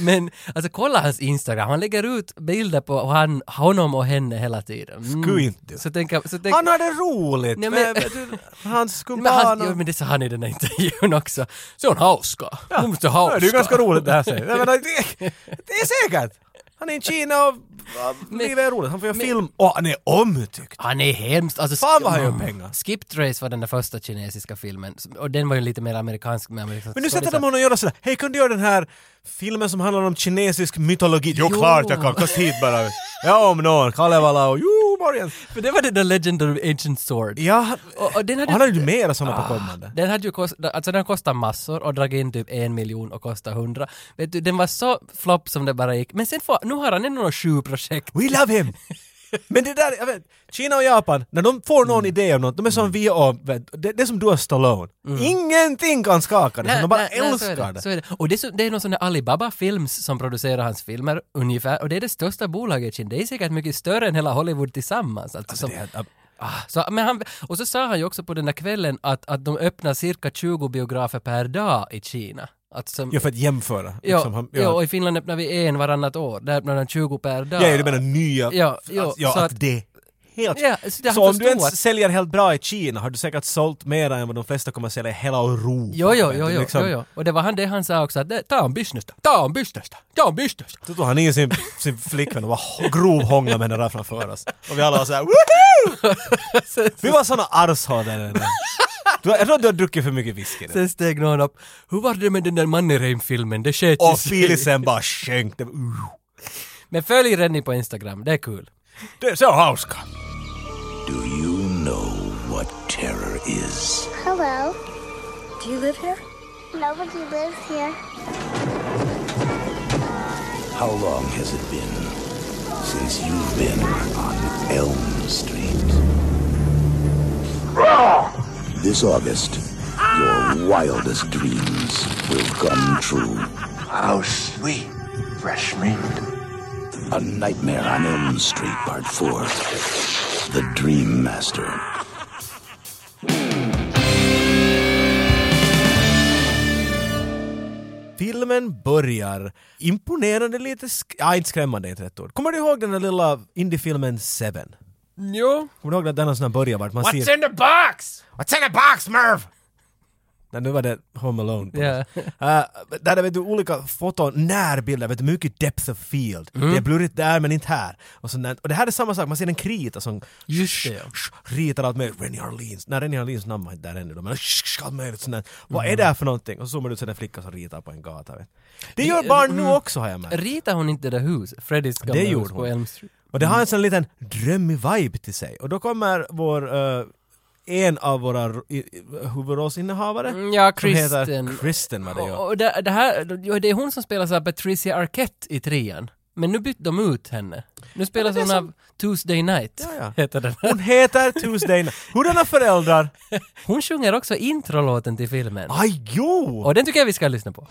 Men alltså kolla hans Instagram, han lägger ut bilder på han, honom och henne hela tiden. Mm.
Skulle inte.
Så tänker så tänk,
Han hade roligt!
Nej,
Nej,
men-
men, men, hans
men, han,
kumpan
jo,
och...
men det sa han i den här intervjun också. Så hon hauska. Hon måste hauska.
Ja, det är ju ganska roligt det här säger. Jag menar, det, det är säkert! Han är i Kina och ja, livet är roligt. Han får göra film och han är omtyckt.
Han är hemskt. Alltså,
Fan vad han
Mm.
gör pengar.
Skip Trace var den där första kinesiska filmen och den var ju lite mer amerikansk med amerikansk
Men nu sätter
skådisar.
de honom och gör sådär, hej kan du göra den här filmen som handlar om kinesisk mytologi? Jo, klart jag kan, kast hit bara. Ja om någon, Kalevala och jo, Morjens.
För det var den där Legendary Ancient Sword.
Ja,
Och, och den
och
hade, Ah.
han har ju mera såna på kommande.
den hade ju kostat, alltså den kostar massor och dragit in typ en miljon och kostar hundra. Vet du, den var så flopp som det bara gick. Men sen får, nu har han ändå några sju projekt.
We love him! Men det där, jag vet, Kina och Japan, när de får någon
Mm.
idé om något, de är som vi och, vet, det, det är som du och Stallone. Ingenting kan skaka det,
Mm. Nej,
de bara
nej, nej, så är
älskar det.
Så är det. Och det är, så, det är någon sån där Alibaba Films som producerar hans filmer ungefär. Och det är det största bolaget i Kina. Det är säkert mycket större än hela Hollywood tillsammans. Alltså, som,
Det är-
Ah, Så, men han, och så sa han ju också på den där kvällen att, att de öppnar cirka 20 biografer per dag i Kina. Att som,
Ja, för att jämföra.
ja,
liksom, han,
ja, och i Finland öppnar vi en varannat år. Där öppnar de 20 per dag.
ja, ja, du menar nya...
Ja,
att-
ja,
ja,
så
att,
att-
det är helt...
Ja, så det
så
han
om du
förstår.
ens säljer helt bra i Kina har du säkert sålt mer än vad de flesta kommer att sälja i hela Europa.
Jo, jo,
Vet
jo,
du,
jo,
liksom,
jo, jo. Och det var han det han sa också att det- ta en business då, ta en business då, ta en business då.
Så tog han in sin, sin flickvän och bara grovhånglade med henne där framför oss. Och vi alla var såhär woohoo! Vi var såna arshål där inne. Du har- Jag tror att du har druckit för mycket whisky. nu.
Sen steg någon upp. Hur var det med den där Mannerheim-filmen? Det sket ju
Och
sig.
filisen bara sjönk. Det, uh.
Men följ Rennie på Instagram, det är kul.
det är så hauska.
Do you know what terror is?
Hello. Do you live here? Nobody lives here.
How long has it been? since you've been on Elm Street. This August, your wildest dreams will come true.
How Oh, sweet, fresh meat.
A Nightmare on Elm Street Part 4. The Dream Master.
Filmen börjar imponerande lite, sk- ja inte skrämmande är inte rätt ord. Kommer du ihåg den där lilla indiefilmen Seven?
Jo.
Kommer du ihåg när den har sån här börjar vart man ser...
What's in the box?
What's in the box, Merv? Nej, nu var det Home Alone. på
Ja.
något sätt. Eh, där är vet du, olika foton, närbilder, vet du, mycket depth of field.
Mm.
Det är blurrigt där men inte här. Och, sån där, och det här är samma sak, man ser en krita som
Just det, ja.
sh- ritar allt möjligt. Rennie Harlins, nej Rennie Harlins namn var inte där ännu då, men sh- sh- allt möjligt sånt där. Vad
Mm.
är det här för någonting? Och så zoomar du ut så är det en flicka som ritar på en gata. Vet. du. Det gör barn
mm.
nu också har jag märkt.
Ritar hon inte det där huset? Freddys gamla
Det
hus
gjorde
på
hon.
Elm Street.
Och det har en sån liten drömmig vibe till sig. Och då kommer vår, eh, en av våra ro- i- i- huvudrollsinnehavare.
Mm, ja,
som heter
Kristen.
Kristen var det
Och,
ja.
och det, det, här, jo, det är hon som spelar så här Patricia Arquette i trean. Men nu bytte de ut henne. Nu spelas hon av Tuesday Night,
Ja, ja.
heter den.
Hon heter Tuesday Night. Hurdana föräldrar?
Hon sjunger också introlåten till filmen.
Aj jo!
Och den tycker jag vi ska lyssna på.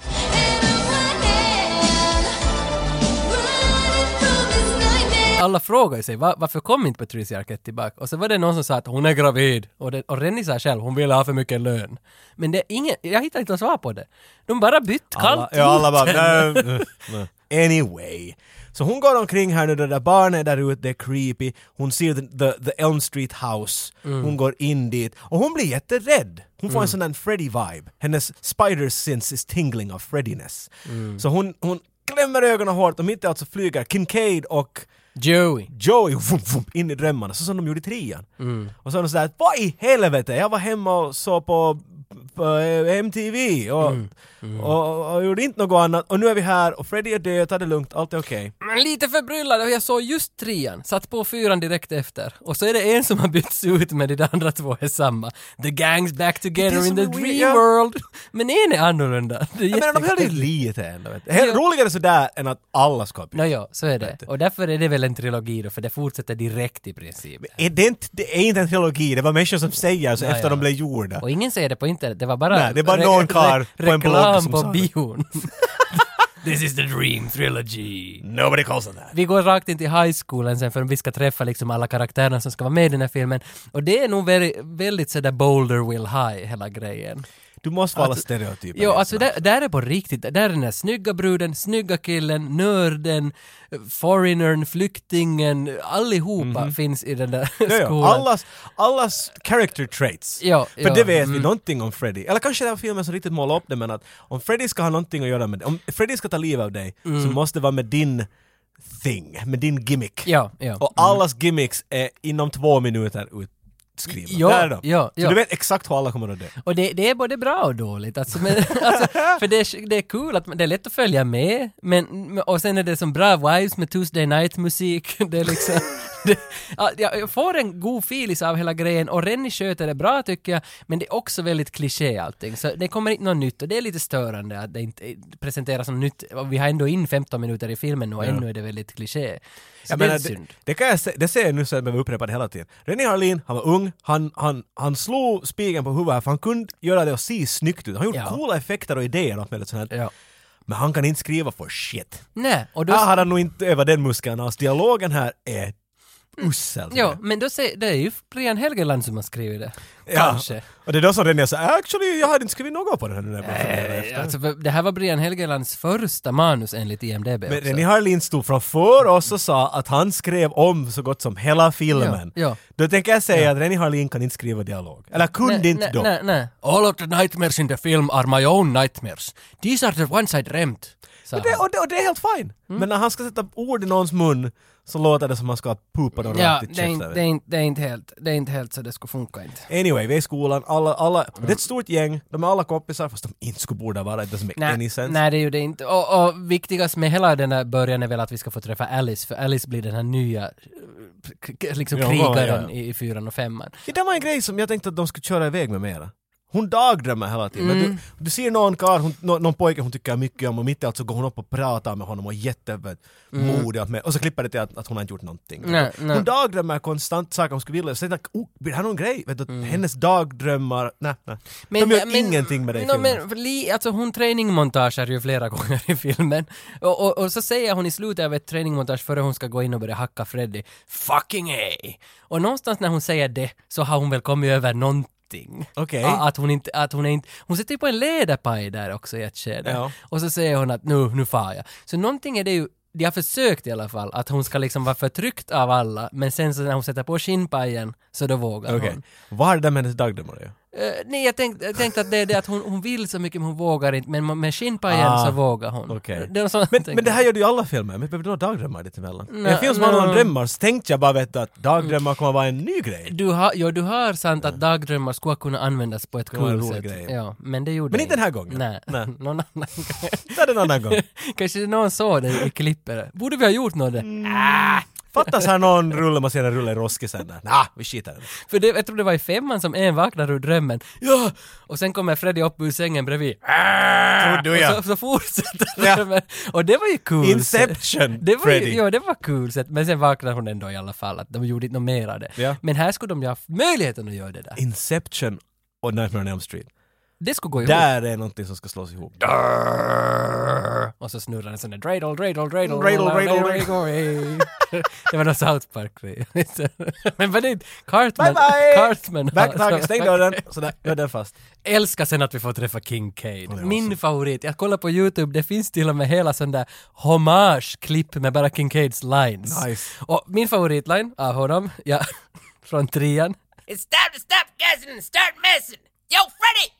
Alla frågar ju sig "Va- varför kom inte Patricia Arquette tillbaka? Och så var det någon som sa att hon är gravid. Och, det, och Rennie sa själv, hon ville ha för mycket lön. Men det är ingen, jag hittar inte något svar på det. De bara bytt kallt
alla, ja, alla
ut
bara,
henne.
nej, nej, nej. Anyway. Så hon går omkring här nu, det där barnet är där ute, det är creepy. Hon ser the, the, the Elm Street house.
Mm.
Hon går in dit och hon blir jätterädd. Hon får en sån där Freddy-vibe. Hennes spider sense is tingling av Freddiness.
Mm.
Så hon, hon klämmer ögonen hårt och mitt i allt så flyger Kincaid och
Joey.
Joey vum, vum, in i drömmarna, så som de gjorde i trean. Och så är de sådär, vad i helvete, jag var hemma och såg på, på eh, MTV och, Och, och gjorde inte något annat och nu är vi här och Freddy är död, ta det lugnt, allt är okej.
Men lite förbryllad och jag såg just trean, satt på fyran direkt efter. Och så är det en som har bytts ut men de andra två är samma. The gang's back
Det är
together in the
som en
dream
weird- ja.
world. Men en är annorlunda. Det är
Jag menar de höll ju
jättekonstigt.
lite ändå vet du. Hell- Roligare sådär än att alla ska byta.
Nåja, så är det. Och därför är det väl en trilogi då, för det fortsätter direkt i princip.
Är det, inte, det är inte en trilogi, det var människor som säger så
Ja,
efter
ja.
de blev gjorda.
Och ingen säger det på internet, det var bara...
Nej, det är bara
re-
någon karl
re-
på en blogg
Reklam
som
på
sa det.
bion. This is the dream trilogy.
Nobody calls it that.
Vi går rakt in till high schoolen sen för vi ska träffa liksom alla karaktärerna som ska vara med i den här filmen. Och det är nog väldigt, väldigt sådär Boulder Will High, hela grejen.
Du måste vara alla stereotyper.
Jo, alltså där, där är på riktigt, där är den här snygga bruden, snygga killen, nörden, foreignern, flyktingen, allihopa finns i den där
Mhm. Ja,
skolan.
ja. Allas, allas character traits.
Ja,
För
ja,
det vet vi
mm.
någonting om Freddy. Eller kanske den här filmen som riktigt målar upp det men att om Freddy ska ha någonting att göra med om Freddy ska ta livet av dig så
Mm.
måste det vara med din thing, med din gimmick.
Ja, Mm. ja.
Och allas gimmicks är inom två minuter utskrivna.
Ja,
Där är de.
ja,
så
ja.
du vet exakt hur alla kommer att dö.
Och det, det är både bra och dåligt. Alltså, men, alltså, för det är, det är kul, att man- det är lätt att följa med. Men, och sen är det som bra vibes med Tuesday Night-musik. Det är liksom... Det, ja, jag får en god filis av hela grejen och Rennie sköter det bra tycker jag. Men det är också väldigt kliché allting. Så det kommer inte något nytt och det är lite störande att det inte eh, presenteras något nytt. Och Vi har ändå in 15 minuter i filmen och ännu är det väldigt kliché. Så
Jag
det är
menar, det,
synd.
det, kan jag, se- det ser jag nu så jag behöver upprepa det hela tiden. René Harlin, han var ung, han, han, han slog spiken på huvudet för han kunde göra det och se snyggt ut. Han gjorde
Ja.
coola effekter och idéer och allt möjligt sånt här.
Ja.
Men han kan inte skriva för shit.
Nej, och då...
Här hade han nog inte övat den muskeln alls. Dialogen här är usel.
Ja, men då säger, det är ju Brian Helgeland som har skrivit det.
Ja.
Kanske.
Och det är då som René sa actually, jag hade inte skrivit något på den här. när jag började fundera efter.
Alltså, det här var Brian Helgelands första manus enligt IMDB
Men
också.
René Harlin stod framför oss och sa att han skrev om så gott som hela filmen.
Ja, ja.
Då tänker jag säga att René Harlin kan inte skriva dialog. Eller kunde
Nej,
inte
nej,
då.
nej, nej. All of the nightmares in the film are my own nightmares. These are the ones I dreamt. sa
Och det,
han.
och, det, och det är helt fine.
Mm.
Men när han ska sätta ord i någons mun så låter det som att han ska pupa dem
Ja,
rakt i
det är, inte,
käften.
det, är inte, det, är inte helt, det är inte helt så det skulle funka inte.
Anyway, vi är i skolan, alla, alla, det är ett stort gäng, de är alla kompisar fast de inte skulle borde vara, it doesn't make any
Nej,
sense.
nej, det är ju det inte. Och, och viktigast med hela den här början är väl att vi ska få träffa Alice, för Alice blir den här nya eh, k- k- liksom
Ja,
krigaren
ja, ja.
i i fyran och femman.
Det där var en grej som jag tänkte att de skulle köra iväg med mera. Hon dagdrömmer hela tiden.
Mm.
Men Du, du ser någon karl, hon, nå- någon pojke hon tycker mycket om och mitt i allt så går hon upp och pratar med honom och är jättemodig mm. och så klipper det till att, att hon har inte gjort någonting.
Nej, nej.
Hon dagdrömmer konstant saker hon skulle vilja. Så jag tänkte, oh, blir det här någon grej? Vet du,
Mm.
Hennes dagdrömmar, nej, nej. De gör ingenting med det i
no,
filmen.
eh, men, li, alltså hon trainingmontagear ju flera gånger i filmen. Och, och, och så säger hon i slutet av ett trainingmontage före hon ska gå in och börja hacka Freddy, “Fucking A!” Och någonstans när hon säger det så har hon väl kommit över någonting.
Okej.
Ja, Att hon inte, att hon är inte, hon sitter ju på en läderpaj där också i ett skede.
Ja.
Och så säger hon att nu, nu far jag. Så någonting är det ju, de har försökt i alla fall, att hon ska liksom vara förtryckt av alla, men sen så när hon sätter på skinnpajen så då vågar
Okej.
hon.
Vad är det där med hennes dagdrömmar att göra?
Eh, nej, jag tänkte, jag tänkte att det är det att hon, hon vill så mycket men hon vågar inte. Men ma- med skinnpajen
Ah,
så vågar hon.
okej.
Det är något sånt,
Men,
tänker
men det
jag.
här gör du i alla filmer, men behöver du ha dagdrömmar lite emellan? I
Nej, eh,
en film som handlar om
nej.
drömmar så tänkte jag bara veta att dagdrömmar kommer vara en ny grej.
Du har, ja, du har sant att dagdrömmar skulle kunna användas på ett
Det var en
kul
rolig
sätt.
grej.
Ja, men det gjorde
Men
det
inte den här gången.
Nej,
Nej.
någon annan gång.
Ta den en annan gång.
Kanske någon såg det i klippet. Borde vi ha gjort något?
Mm. Fattas här någon rulle man ser en rulle i roskisen där. Nah, vi skiter i det.
För det, jag tror det var i femman som en vaknar ur drömmen. Ja! Och sen kommer Freddy upp ur sängen bredvid.
Trodde
Och
jag.
så, så fortsätter
Ja.
drömmen. Och det var ju kul.
Inception,
Det var ju,
Freddy.
ja, det var kul sätt. Men sen vaknade hon ändå i alla fall. Att de gjorde inte något mer av det.
Ja.
Men här skulle de ju ha haft möjligheten att göra det där.
Inception och Nightmare on Elm Street.
Det skulle gå ihop.
Där är någonting som ska slås ihop.
Och så snurrar den sån där dreidel, dreidel, dreidel.
Dreidel, dreidel,
dreidel. Det var någon South Park grej. Men var det inte
Bye
Cartman?
bye!
Cartman.
Back target, stäng dörren. Sådär, nu är den fast.
älskar sen att vi får träffa Kincaid.
det var
Min favorit. Jag kollar på YouTube, det finns till och med hela sån där hommage-klipp med bara Kincaids lines.
Nice.
Och min favoritline av honom, ja, från trean. It's time to stop guessing and start messing! Yo Freddy!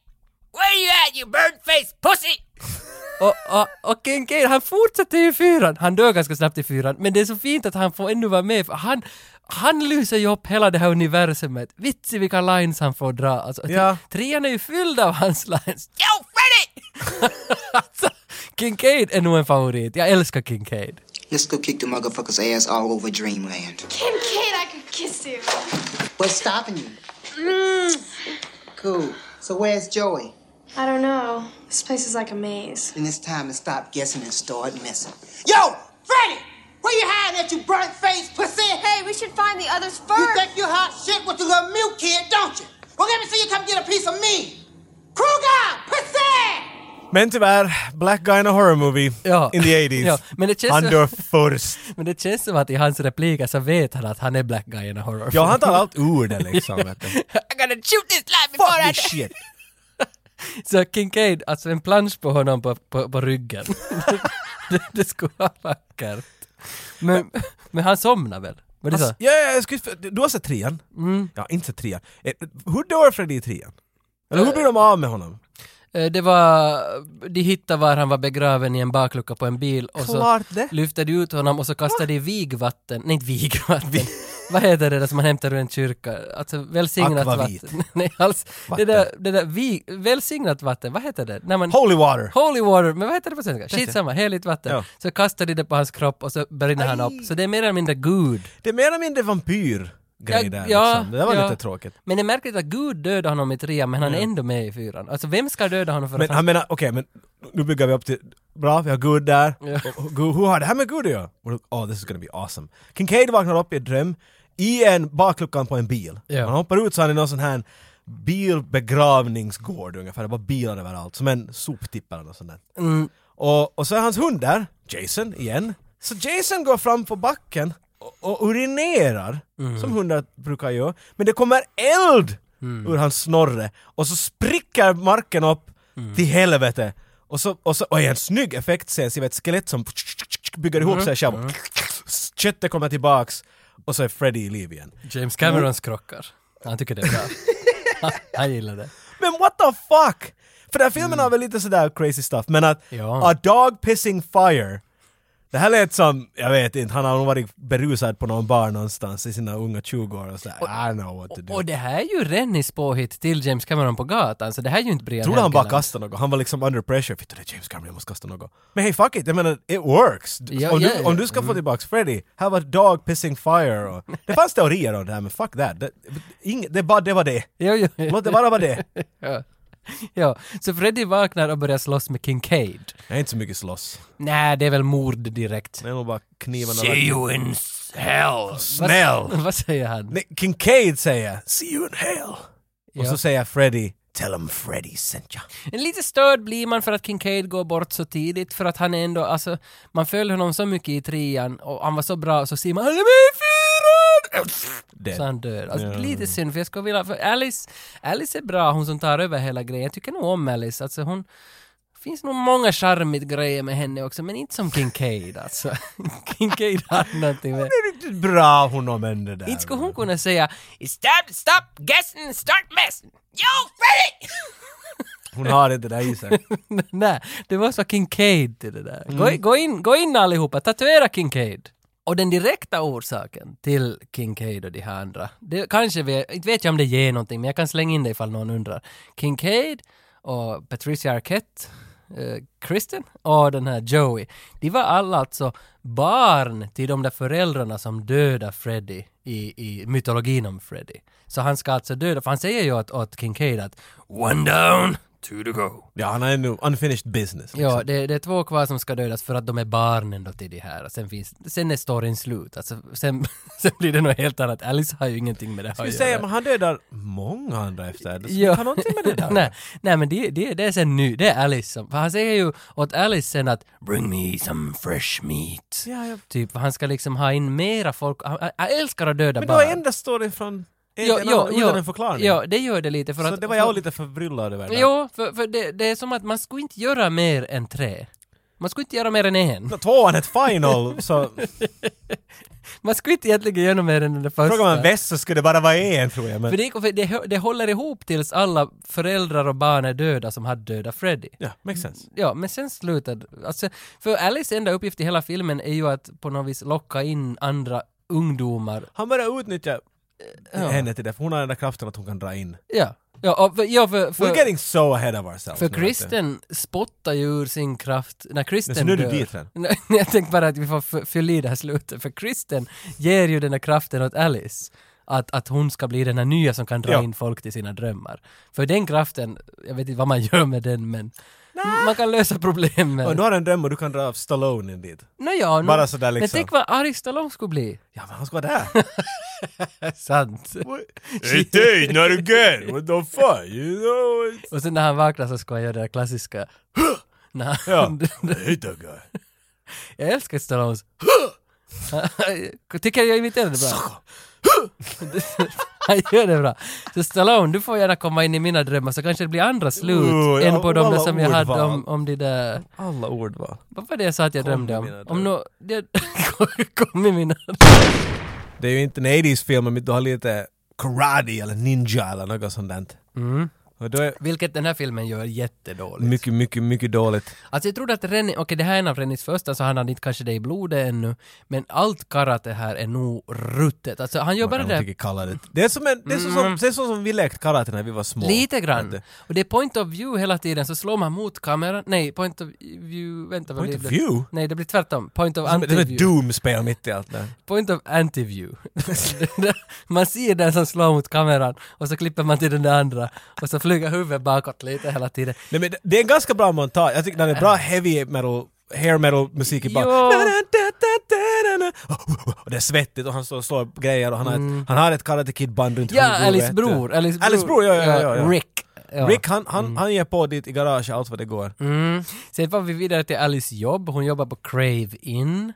Where you at you bird-faced pussy? och, och, och Kincaid, han fortsätter ju i fyran. Han dör ganska snabbt i fyran, men det är så fint att han får ännu vara med, för han, han lyser ju upp hela det här universumet. Vitsi vilka lines han får dra. Alltså,
Ja.
Trean är ju fylld av hans lines. Yo Freddy! alltså, Kincaid är nog en favorit. Jag älskar Kincaid.
Let's go kick the motherfucker's ass all over Dreamland.
Kim Kate, I could kiss you. Mm.
What's stopping you? Cool. So where's Joey?
I don't know. This place is like a maze.
And it's time to stop guessing and start messing. Yo, Freddy, where you hiding at, you burnt face pussy?
Hey, we should find the others
You
first.
think you hot shit with your little mute kid, don't you? Well, let me see you come get a piece of me. Kruger, pussy!
Men tyvärr, Black Guy in a Horror Movie
Ja.
in the 80s.
Ja, men det känns
Han
så-
dör först.
Men det känns som att i hans repliker så vet han att han är black guy in a horror
Ja, han tar allt ur det liksom. Vet du.
I gotta shoot this line
Fuck this shit.
Så Kincaid, alltså en plansch på honom på, på, på ryggen. det, det skulle vara vackert. Men, men han somnar väl? Var det så?
Alltså, ja, ja, jag skulle, du har sett trean?
Mm.
Ja, inte sett trean. Eh, Hur dör Freddy i trean? Eller hur blir de av med honom?
Eh, Det var, de hittade var han var begraven i en baklucka på en bil och
Klart
så
det.
lyfte de ut honom och så kastade de vigvatten, nej inte vigvatten, vad heter det där som man hämtar ur en kyrka? Alltså välsignat
Akvavit.
vatten. nej alls,
Vatten.
det där, det där vi, välsignat vatten, vad heter det? När man,
Holy water!
Holy water, men vad heter det på svenska? Skitsamma, heligt vatten.
Ja.
Så kastade de det på hans kropp och så brinner han upp. Så det är mer eller mindre Gud.
Det är mer eller mindre vampyrgrej
Ja,
där
ja,
liksom. Det var
ja.
lite tråkigt.
Men det är märkligt att Gud dödade honom i trean men han är ändå med i fyran. Alltså vem ska döda honom för
Men
att han...
han menar, okej men nu bygger vi upp till, bra vi har Gud där, Och- och Gud, hur har det här med Gud att göra? Och då, Oh this is gonna be awesome. Kincaid vaknar upp i en dröm, i en bakluckan på en bil.
Ja.
Han hoppar ut så han är i någon sån här bilbegravningsgård ungefär, det var bilar överallt, som en soptipp eller något sånt där. Och, och så är hans hund där, Jason igen. Så Jason går fram på backen och, och urinerar, som hundar brukar göra. Men det kommer eld ur hans snorre och så spricker marken upp till helvete. Och så, och så, och i en snygg effektscen ser vi ett skelett som bygger ihop sig själv. Köttet kommer tillbaks och så är Freddy i liv igen.
James Camerons
Mm.
krockar. Han tycker det är bra. Han- han gillar det.
Men what the fuck! För den här filmen har väl lite sådär crazy stuff, men att
Mm. Ja.
A Dog Pissing Fire det här lät som, jag vet inte, han har nog varit berusad på någon bar någonstans i sina unga 20 år och sådär, I don't know what to do.
Och det här är ju Rennys påhitt till James Cameron på gatan, så det här är ju inte Brian
Jag trodde han bara
Helgeland.
kastade något, han var liksom under pressure, fittu det är James Cameron, jag måste kasta något. Men hey fuck it, jag menar it works! Du,
Ja,
om,
ja,
du,
ja. Mm.
om du ska få tillbaks Freddy, här var Dog Pissing Fire och... Det fanns teorier om det här men fuck that, det, inget, det, bara, det var det.
Jo, jo, jo.
Låt det bara vara det.
Ja. ja, så Freddy vaknar och börjar slåss med Kincaid.
Det är inte så mycket slåss.
Nej, det är väl mord direkt.
Det är nog bara knivarna...
you in hell!
Snäll.
Vad, vad säger han?
Nej, Kincaid säger “See you in hell” och
Ja.
så säger Freddy “Tell him Freddy sent ya”.
Lite störd blir man för att Kincaid går bort så tidigt för att han är ändå, alltså, man följde honom så mycket i trean och han var så bra så ser man han är med i fyran!
Det.
Så han dör. Alltså, Lite synd för jag skulle vilja, för Alice, Alice är bra, hon som tar över hela grejen. Jag tycker nog om Alice, alltså hon finns nog många charmigt grejer med henne också, men inte som Kincaid alltså. Kincaid har någonting med...
Det är riktigt bra hon använder det där.
Inte skulle hon kunna säga It's time to stop guessing, start messing! Yo Freddy!
Hon har inte det där i sig.
Nej, det var så Kincaid till det där. Gå, gå, in, gå in allihopa, tatuera Kincaid. Och den direkta orsaken till Kincaid och de här andra, det kanske vi, inte vet jag om det ger någonting, men jag kan slänga in det ifall någon undrar. Kincaid och Patricia Arquette, eh, Kristen och den här Joey, de var alla alltså barn till de där föräldrarna som dödade Freddy i, i mytologin om Freddy. Så han ska alltså döda, för han säger ju åt, åt Kincaid att “One down, two to go”.
Ja, han har ännu unfinished business. liksom.
Ja, det, det är två kvar som ska dödas för att de är barnen då till de här. Och sen, finns, sen är storyn slut. Alltså, sen, sen blir det något helt annat. Alice har ju ingenting med det här
Ska vi
att
säga,
göra.
men han dödar många andra efter. Det ska
Ja.
inte ha någonting med det där.
nej, nej, men det, det, det är sen nu. Det är Alice som... För han säger ju åt Alice sen att “Bring me some fresh meat”.
Ja, ja.
Typ, för han ska liksom ha in mera folk. Han, han- han älskar att döda
Men då
barn.
ändras storyn från en till en annan utan en förklaring.
Ja, det gör det lite. För
så
att,
det var
för-
jag lite förbryllad över. där.
Jo, för, för det, det är som att man skulle inte göra mer än tre. Man skulle inte göra mer än en.
Nå, Tvåan ett final, så
Man skulle inte egentligen göra mer än det första.
frågar man väst så skulle det bara vara en tror jag.
För
Men
det, för det, det håller ihop tills alla föräldrar och barn är döda som hade döda Freddy.
ja, makes sense.
Ja, men sen slutade... Alltså, för Alice enda uppgift i hela filmen är ju att på något vis locka in andra ungdomar.
Han börjar utnyttja henne till det, för hon har den där kraften att hon kan dra in.
Ja. Ja, och för, ja, för, för,
We're getting so ahead of ourselves.
För
nu, vet du.
Kristen spottar ju ur sin kraft när Kristen
Men så nu är du
dör.
dit än.
Nej, jag tänkte bara att vi får f- fylla i det här slutet, för Kristen ger ju den här kraften åt Alice. Att, att hon ska bli den här nya som kan dra
Ja.
in folk till sina drömmar. För den kraften, jag vet inte vad man gör med den men man kan lösa problem med
Och du
den.
har en dröm och du kan dra av Stallone in dit.
Nåja, nå-
Bara sådär
Men
liksom.
tänk vad arg Stallone skulle bli.
Ja, men han ska vara där.
Sant.
It ain't not again! What the fuck? You know it.
Och sen när han vaknar så ska han göra det där klassiska när han,
Ja. I hate that guy.
Jag älskar Stallones Tycker jag imiterar det bra? Han gör det bra. Så Stallone, du får gärna komma in i mina drömmar så kanske det blir andra slut
Ooh,
än på
ja,
de där
alla
som jag hade
ordval.
om, om det där...
Alla ord var...
Vad var det jag sa att jag
Kom i
drömde om?
mina
Om nå... det- Kom i mina...
Det är ju inte en 80s-film om du har lite karate eller ninja eller något sånt där.
Mm.
Och då är
Vilket den här filmen gör jättedåligt.
mycket, mycket, mycket dåligt.
Alltså jag trodde att Renny, okej det här är en av Rennys första så han har inte kanske det i blodet ännu, men allt karate här är nog ruttet. Alltså han gör
Man
bara
kan
det Mm.
tycka kalla det. Det är som, en, det är så, som, det är så som vi lekte karate när vi var små.
Lite
Vet
grann.
du?
Och det är point of view hela tiden, så slår man mot kameran. Nej, point of view... Vänta, vad
Point
blir
of
det?
view?
Nej, det blir tvärtom. Point of
Som- Det är ett
anti-view.
Doom-spel mitt i allt där.
Point of anti-view. man ser den som slår mot kameran och så klipper man till den där andra och så flyger huvudet bakåt lite hela tiden.
Nej, men det- det är en ganska bra montage. Jag tycker den är bra heavy metal, hair metal musik i bak.
Jo.
Och det är svettigt och han står och slår på grejer och han har ett, han har ett Karate Kid-band runt
Mm. Ja,
huvudet,
Alice
vet du.
bror. Alice bror.
Alice bror, ja, ja, ja. ja.
Rick. Ja.
Rick han, han, han ger på dit i garaget allt vad det går.
Mm. Sen var vi vidare till Alice jobb. Hon jobbar på Crave In.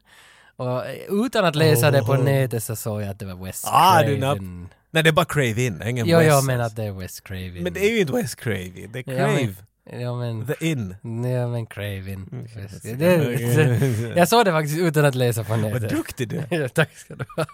Och eh, utan att läsa det på nätet så såg jag att det var West
Ah, du napp.
Craven.
Nej, det är bara Crave In, ingen
Jo,
West.
jag menar att det är West Craven.
Men det är ju inte West Crave, det är Crave.
Ja men...
The Mm, In.
Ja men Cravin. Det, det, jag såg det faktiskt utan att läsa på
Vad
nätet.
duktig du är.
Ja, Tack ska du ha.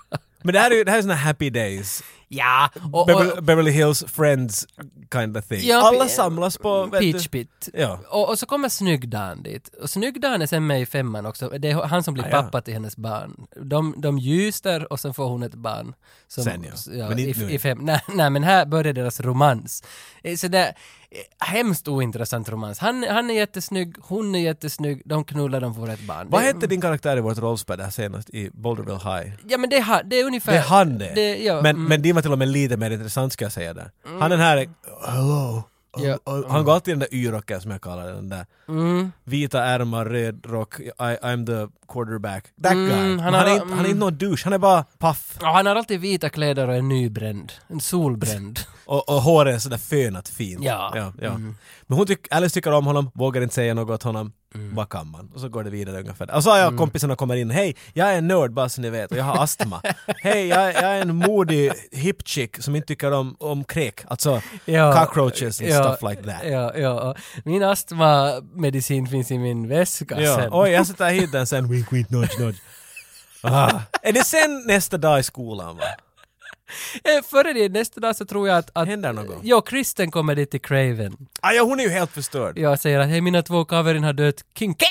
Men det här är ju det här är såna happy days.
Ja! Och,
Bever-
och,
Beverly Hills Friends kind of thing.
Ja,
Alla
pe-
samlas på... vet du-
Peach Pit.
Ja.
Och, och så kommer Snygg-Dan dit. Och Snygg-Dan är sen med i femman också. Det är han som blir
Ah, ja.
pappa till hennes barn. De, de gyster och sen får hon ett barn. Som,
Sen, ja.
s-
Men
i,
inte nu.
i fem, nej, nej, men här börjar deras romans. Eh, Så det är eh, hemskt ointressant romans. Han, han är jättesnygg, hon är jättesnygg, de knullar, de får ett barn.
Vad
Det-
hette din karaktär i vårt rollspel där senast i Boulderville High?
Ja men det är, han- det är ungefär...
Det är han det!
ja,
men,
mm.
men din var till och med lite mer intressant ska jag säga där. Han den här är... Hello,
Ja. Mm.
Och han går alltid i den där Y-rocken som jag kallar den där. Vita ärmar, röd rock, I, I'm the quarterback. That guy. Men Han,
Mm, har-
är, inte- han är inte någon douche, han är bara paff.
Ja, han har alltid vita kläder och är nybränd. En solbränd.
Och, och håret är sådär fönat fint.
Ja.
ja, ja. Men hon tyck, Alice tycker om honom, vågar inte säga något åt honom. Vad kan man? Och så går det vidare ungefär. Och så har jag kompisarna kommer in. Hej, jag är en nörd bara så ni vet och jag har astma. Hej, jag, jag är en modig hip chick som inte tycker om, om kräk. Alltså cockroaches and stuff like that.
Ja, ja. Min astmamedicin finns i min väska
Ja.
sen.
Oj, jag sätter hit den sen. Wink, wink, nudge, nudge. Ah. Är det sen nästa dag i skolan va?
Eh, Före det, nästa dag så tror jag att... att
Händer något?
Ja, Kristen kommer dit till Craven.
Ah, ja, hon är ju helt förstörd.
Jag säger att hej, mina två kaverin har dött. Kincaid!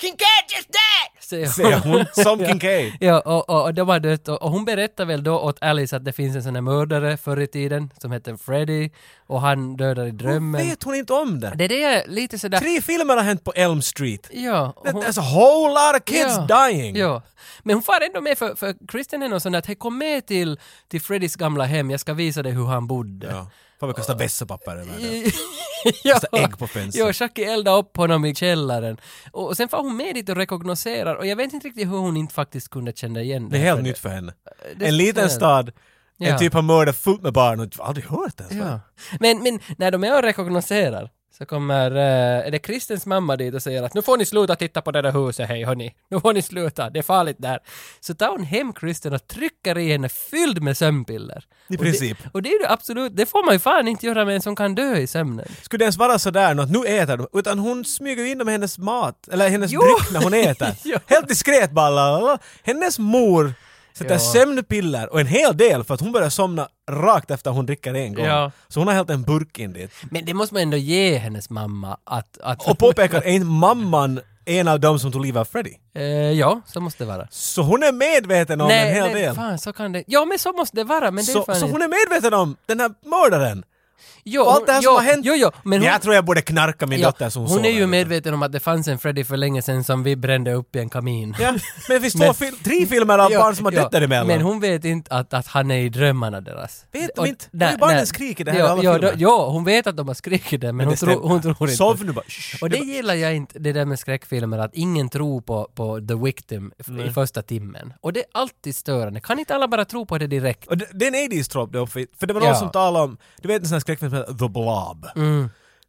Kincaid just died! Säger hon.
Säger hon, som Kincaid.
Ja, och, och, och de har dött och, och hon berättar väl då åt Alice att det finns en sån här mördare förr i tiden som hette Freddy och han dödar i
Hon
drömmen.
vet hon inte om det?
Det är det jag är lite sådär...
Tre filmer har hänt på Elm Street.
Ja, och hon-
There's a whole lot of kids
ja,
dying.
Ja. Men hon far ändå med för, för Kristen är någon sån där att hej kom med till, till Freddys gamla hem, jag ska visa dig hur han bodde.
Ja. Fan vi kastar vässepapper över det.
ja.
Kasta ägg på fönstret.
Ja, Jackie eldade upp honom i källaren. Och, och sen far hon med dit och rekognoserar och jag vet inte riktigt hur hon inte faktiskt kunde känna igen
Det är helt nytt för henne. En liten stad,
Ja.
en typ har mördat fullt med barn och aldrig hört ens. va?
Ja. Men, men när de är och rekognoserar så kommer, eh, är det Kristens mamma dit och säger att nu får ni sluta titta på det där huset, hej hörni. Nu får ni sluta, det är farligt där. Så tar hon hem Kristen och trycker i henne fylld med sömnpiller.
I
Och
princip.
Det, och det är ju absolut, det får man ju fan inte göra med en som kan dö i sömnen.
Skulle det ens vara sådär att nu äter de, utan hon smyger ju in dem i hennes mat, eller hennes
Jo.
dryck när hon äter.
Ja.
Helt diskret bara. la, la, la. Hennes mor sätter
Ja.
sömnpiller och en hel del för att hon börjar somna rakt efter hon dricker en gång.
Ja.
Så hon har helt en burk in dit.
Men det måste man ändå ge hennes mamma att... att
Och påpekar, är inte mamman en av dem som tog livet av Freddy?
eh, ja, så måste det vara.
Så hon är medveten om en hel del.
fan så kan det... Ja men så måste det vara, men det är
Så,
fan
så
inte-
hon är medveten om den här mördaren?
jo,
Och allt det här
jo,
som har hänt?
Jo, jo, men hon,
Jag tror jag borde knarka min dotter så hon
hon är
sover
ju
lite.
medveten om att det fanns en Freddy för länge sedan som vi brände upp i en kamin.
Ja, men det finns två
Men-
fil- tre filmer av
Ja,
barn som har
ja,
dött däremellan.
Men hon vet inte att, att han är i drömmarna deras.
Vet de
Och-
inte? Det är ju barnens skrik i det här
ja,
alla
ja,
filmer.
då- ja, hon vet att de har skrikit det, men, hon,
det
tror,
stämmer.
hon tror inte.
Sov nu bara. Shh.
Och det gillar jag inte, det där med skräckfilmer, att ingen tror på, på the victim f- i första timmen. Och det är alltid störande. Kan inte alla bara tro på det direkt?
Och det, det är en 80s trop det också, för det var någon
Ja. Mm.
som talade om, du vet en sån här skräckfilm som heter The Blob.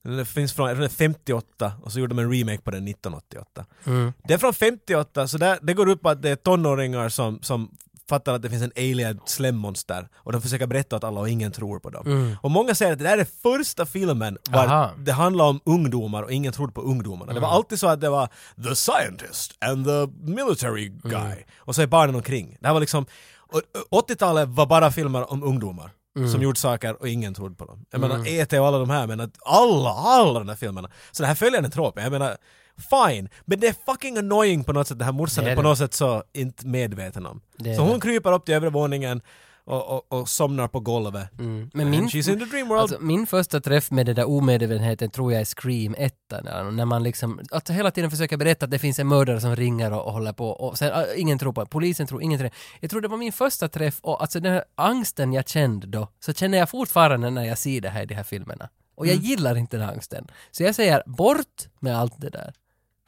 Den finns från, jag tror den är 58 och så gjorde de en remake på den 1988.
Mm.
Det är från 58, så där, det går ut på att det är tonåringar som, som fattar att det finns en alien slemmonster och de försöker berätta åt alla och ingen tror på dem. Och många säger att det där är första filmen var
Mm. Aha.
det handlade om ungdomar och ingen trodde på ungdomarna. Det
Mm.
var alltid så att det var the scientist and the military
Mm.
guy och så är barnen omkring. Det här var liksom, och- och 80-talet var bara filmer om ungdomar.
Mm.
Som gjorde saker och ingen trodde på dem. Jag menar E.T. och alla de här, men att alla, alla de där filmerna. Så det här följer en trop. Jag menar, fine. Men det är fucking annoying på något sätt, den här morsan
Det är
är på
det.
något sätt så inte medveten om.
Det är
Så hon
det.
kryper upp till övre våningen och, och, och somnar på golvet.
Mm. Men
And
min,
she's in the dream world.
Alltså, min första träff med den där omedvetenheten tror jag är Scream 1. När när man liksom, att hela tiden försöker berätta att det finns en mördare som ringer och, och håller på och sen, ah, ingen tror på det, polisen tror, ingen tror Jag tror det var min första träff och alltså den här angsten jag kände då, så känner jag fortfarande när jag ser det här i de här filmerna. Och
Mm.
jag gillar inte den angsten. Så jag säger bort med allt det där.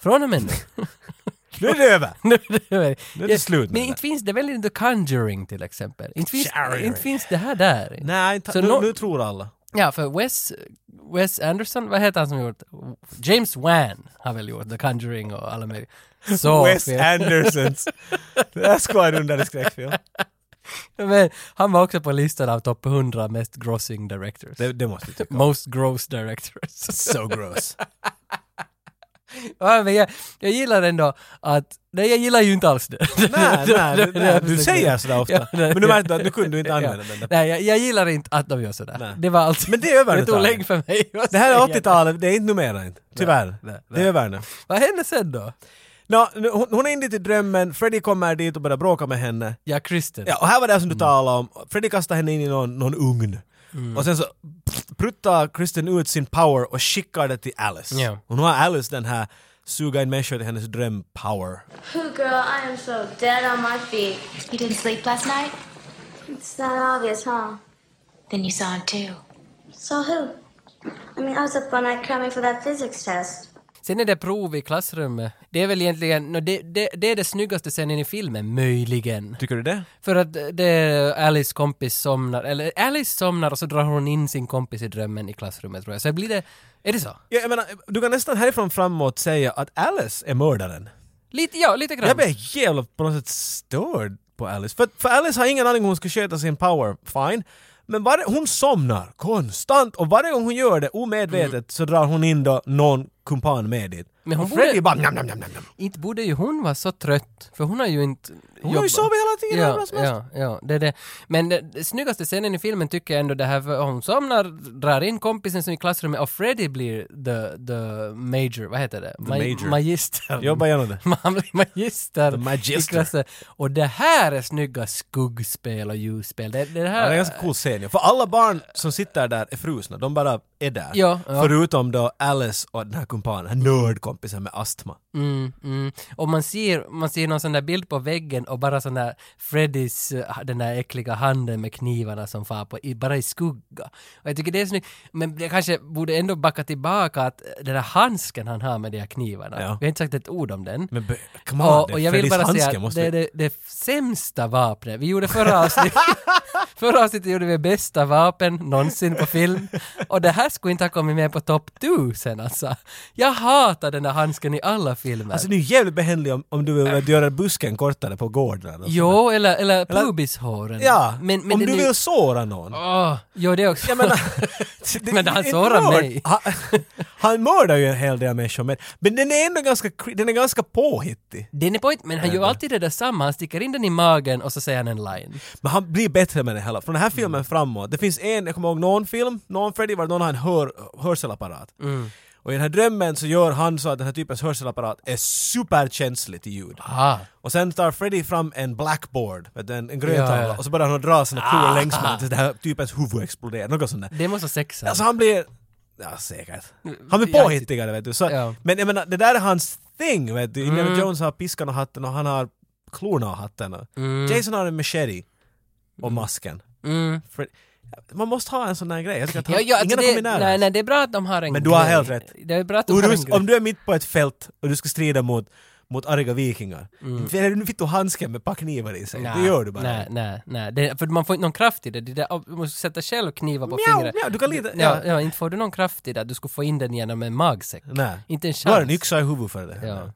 Från och med nu.
Nu är det över!
Nu är
Nu är det slut med
Men
det.
inte finns det väl i The Conjuring till exempel? Inte finns,
Conjuring.
inte finns det här där?
Nej, inte-
Så
nu,
nå-
nu tror alla.
Ja, för Wes, Wes Anderson, vad heter han som gjort? James Wan har väl gjort The Conjuring och alla möjliga. Så
Wes
fel.
Andersons. Det där skulle vara en underlig skräckfilm.
Men han var också på listan av topp 100 mest grossing directors.
Det, det måste vi tycka.
Most gross directors.
So gross.
Ja, men jag, jag gillar ändå att, nej jag gillar ju inte alls det.
nej, nej,
Det- det-
nej, du
det-
säger sådär ofta.
Ja, nej.
Men nu märkte du att nu kunde du inte använda den där.
Nej, jag, jag gillar inte att de gör sådär.
Nej.
Det var allt.
Men det är över
Det
nu,
tog
Tage.
länge för mig att
Det här är
säga.
80-talet, det är inte numera inte. Tyvärr. Det är över nu.
Vad hände sen då?
Nå, nu- hon, hon är inne i drömmen, Freddy kommer dit och börjar bråka med henne.
Ja, Kristen.
Ja, och här var det
Mm.
som du talade om. Freddy kastar henne in i någon, någon ugn. Och sen så pruttar Kristen ut sin power och skickar det till Alice.
Ja.
Och nu har Alice den här suga in människor till hennes dröm-power.
Ooh, girl, I am so dead on my feet.
You didn't sleep last night?
It's not obvious, huh?
Then you saw him too.
So who? I mean, I was up all night cramming for that physics test.
Sen är det prov i klassrummet. Det är väl egentligen, nå, det, det, det är det snyggaste scenen i filmen, möjligen.
Tycker du det?
För att det är Alice kompis somnar, eller Alice somnar och så drar hon in sin kompis i drömmen i klassrummet tror jag. Så blir det, är det så?
Ja, jag menar, du kan nästan härifrån framåt säga att Alice är mördaren.
Lite, ja, lite grann.
Jag blir jävla på något sätt störd på Alice. För, för Alice har ingen aning om hon ska sköta sin power, fine. Men varje, hon somnar konstant och varje gång hon gör det omedvetet så drar hon in då någon kumpan med dit.
Mm. Men hon
och Freddy
borde-
bara nam, nam, nam, nam, nam.
Inte borde ju hon vara så trött, för hon har ju inte
Hon har ju sovit hela tiden hur bra
Ja,
som helst.
ja, ja, det är det. Men det, det snyggaste scenen i filmen tycker jag ändå det här, för hon somnar, drar in kompisen som i klassrummet och Freddy blir the, the major, vad heter det? The
major.
Magister.
Jobba igenom det.
Man blir magister.
The magister.
i klassen. Och det här är snygga skuggspel och ljusspel. Det, det
Ja,
här...
det är en ganska cool scen ja. För alla barn som sitter där är frusna, de bara är där.
Ja, ja.
Förutom då Alice och den här kumpanen, den här nördkompisen med astma.
Mm, mm. Och man ser, man ser någon sån där bild på väggen och bara sån där Freddys, eh, den där äckliga handen med knivarna som far på, i, bara i skugga. Och jag tycker det är snyggt, men jag kanske borde ändå backa tillbaka att eh, den där handsken han har med de här knivarna,
Ja.
vi har inte sagt ett ord om den.
Men be- come on,
Och,
det
och
är
jag vill
Freddys
bara säga
handske
att
måste
det är det, det sämsta vapnet. Vi gjorde förra avsnittet, förra avsnittet gjorde vi bästa vapen någonsin på film. Och det här skulle inte ha kommit med på topp 1000 alltså. Jag hatar den där handsken i alla filmer.
Alltså det är ju jävligt behändigt om, om du vill att göra busken kortare på gården. eller så.
Jo, eller, eller, pubishåren.
Ja,
men, men
om
det-
du
det-
vill såra någon.
Åh, jo, det också.
Jag menar,
Men han
det är
sårar
mörd.
mig.
Han, han mördar ju en hel del människor men, men den är ändå ganska, cre- den är ganska påhittig.
Den är point, men han gör alltid det där samma. Han sticker in den i magen och så säger han en line.
Men han blir bättre med det hela. Från den här
Mm.
filmen framåt, det finns en, jag kommer ihåg någon film, någon Freddy var det någon har en hör, hörselapparat.
Mm.
Och i den här drömmen så gör han så att den här typens hörselapparat är superkänslig till ljud.
Ah.
Och sen tar Freddy fram en blackboard, vet du, en, en grön
Ja, Ah.
tavla,
ja.
och så börjar han dra sina klor längs med tills den här typens huvud exploderar, något sånt där.
Det måste vara sexa.
Alltså han blir... Ja, säkert. Han blir
Ja,
påhittigare vet du. Så,
Mm, Ja. Mm.
Men jag menar, det där är hans thing vet du. Indiana Jones har piskan och hatten och han har klorna och hatten. och- Jason har en machete och masken.
Mm.
För, man måste ha en sån där grej. Jag tycker att
Ja,
han,
ja, alltså
ingen har
det,
kommit nära.
nej, nej, det är bra att de har en
Men du har
grej.
helt rätt.
Det är bra att de
Och
har
du,
en
om
grej.
du är mitt på ett fält och du ska strida mot, mot arga vikingar. Mm. Fick du handsken med ett par knivar i sig?
Nej,
Det gör du bara.
Nej, nej, nej. Det, för man får inte någon kraft i det. det där, du måste sätta själv knivar på
Mjau,
fingret.
mjau, du kan lite-
Ja,
ja.
ja, inte får du någon kraft i det. Du skulle få in den genom en magsäck.
Nej.
Inte en chans.
Du har en yxa i huvudet för det.
Ja.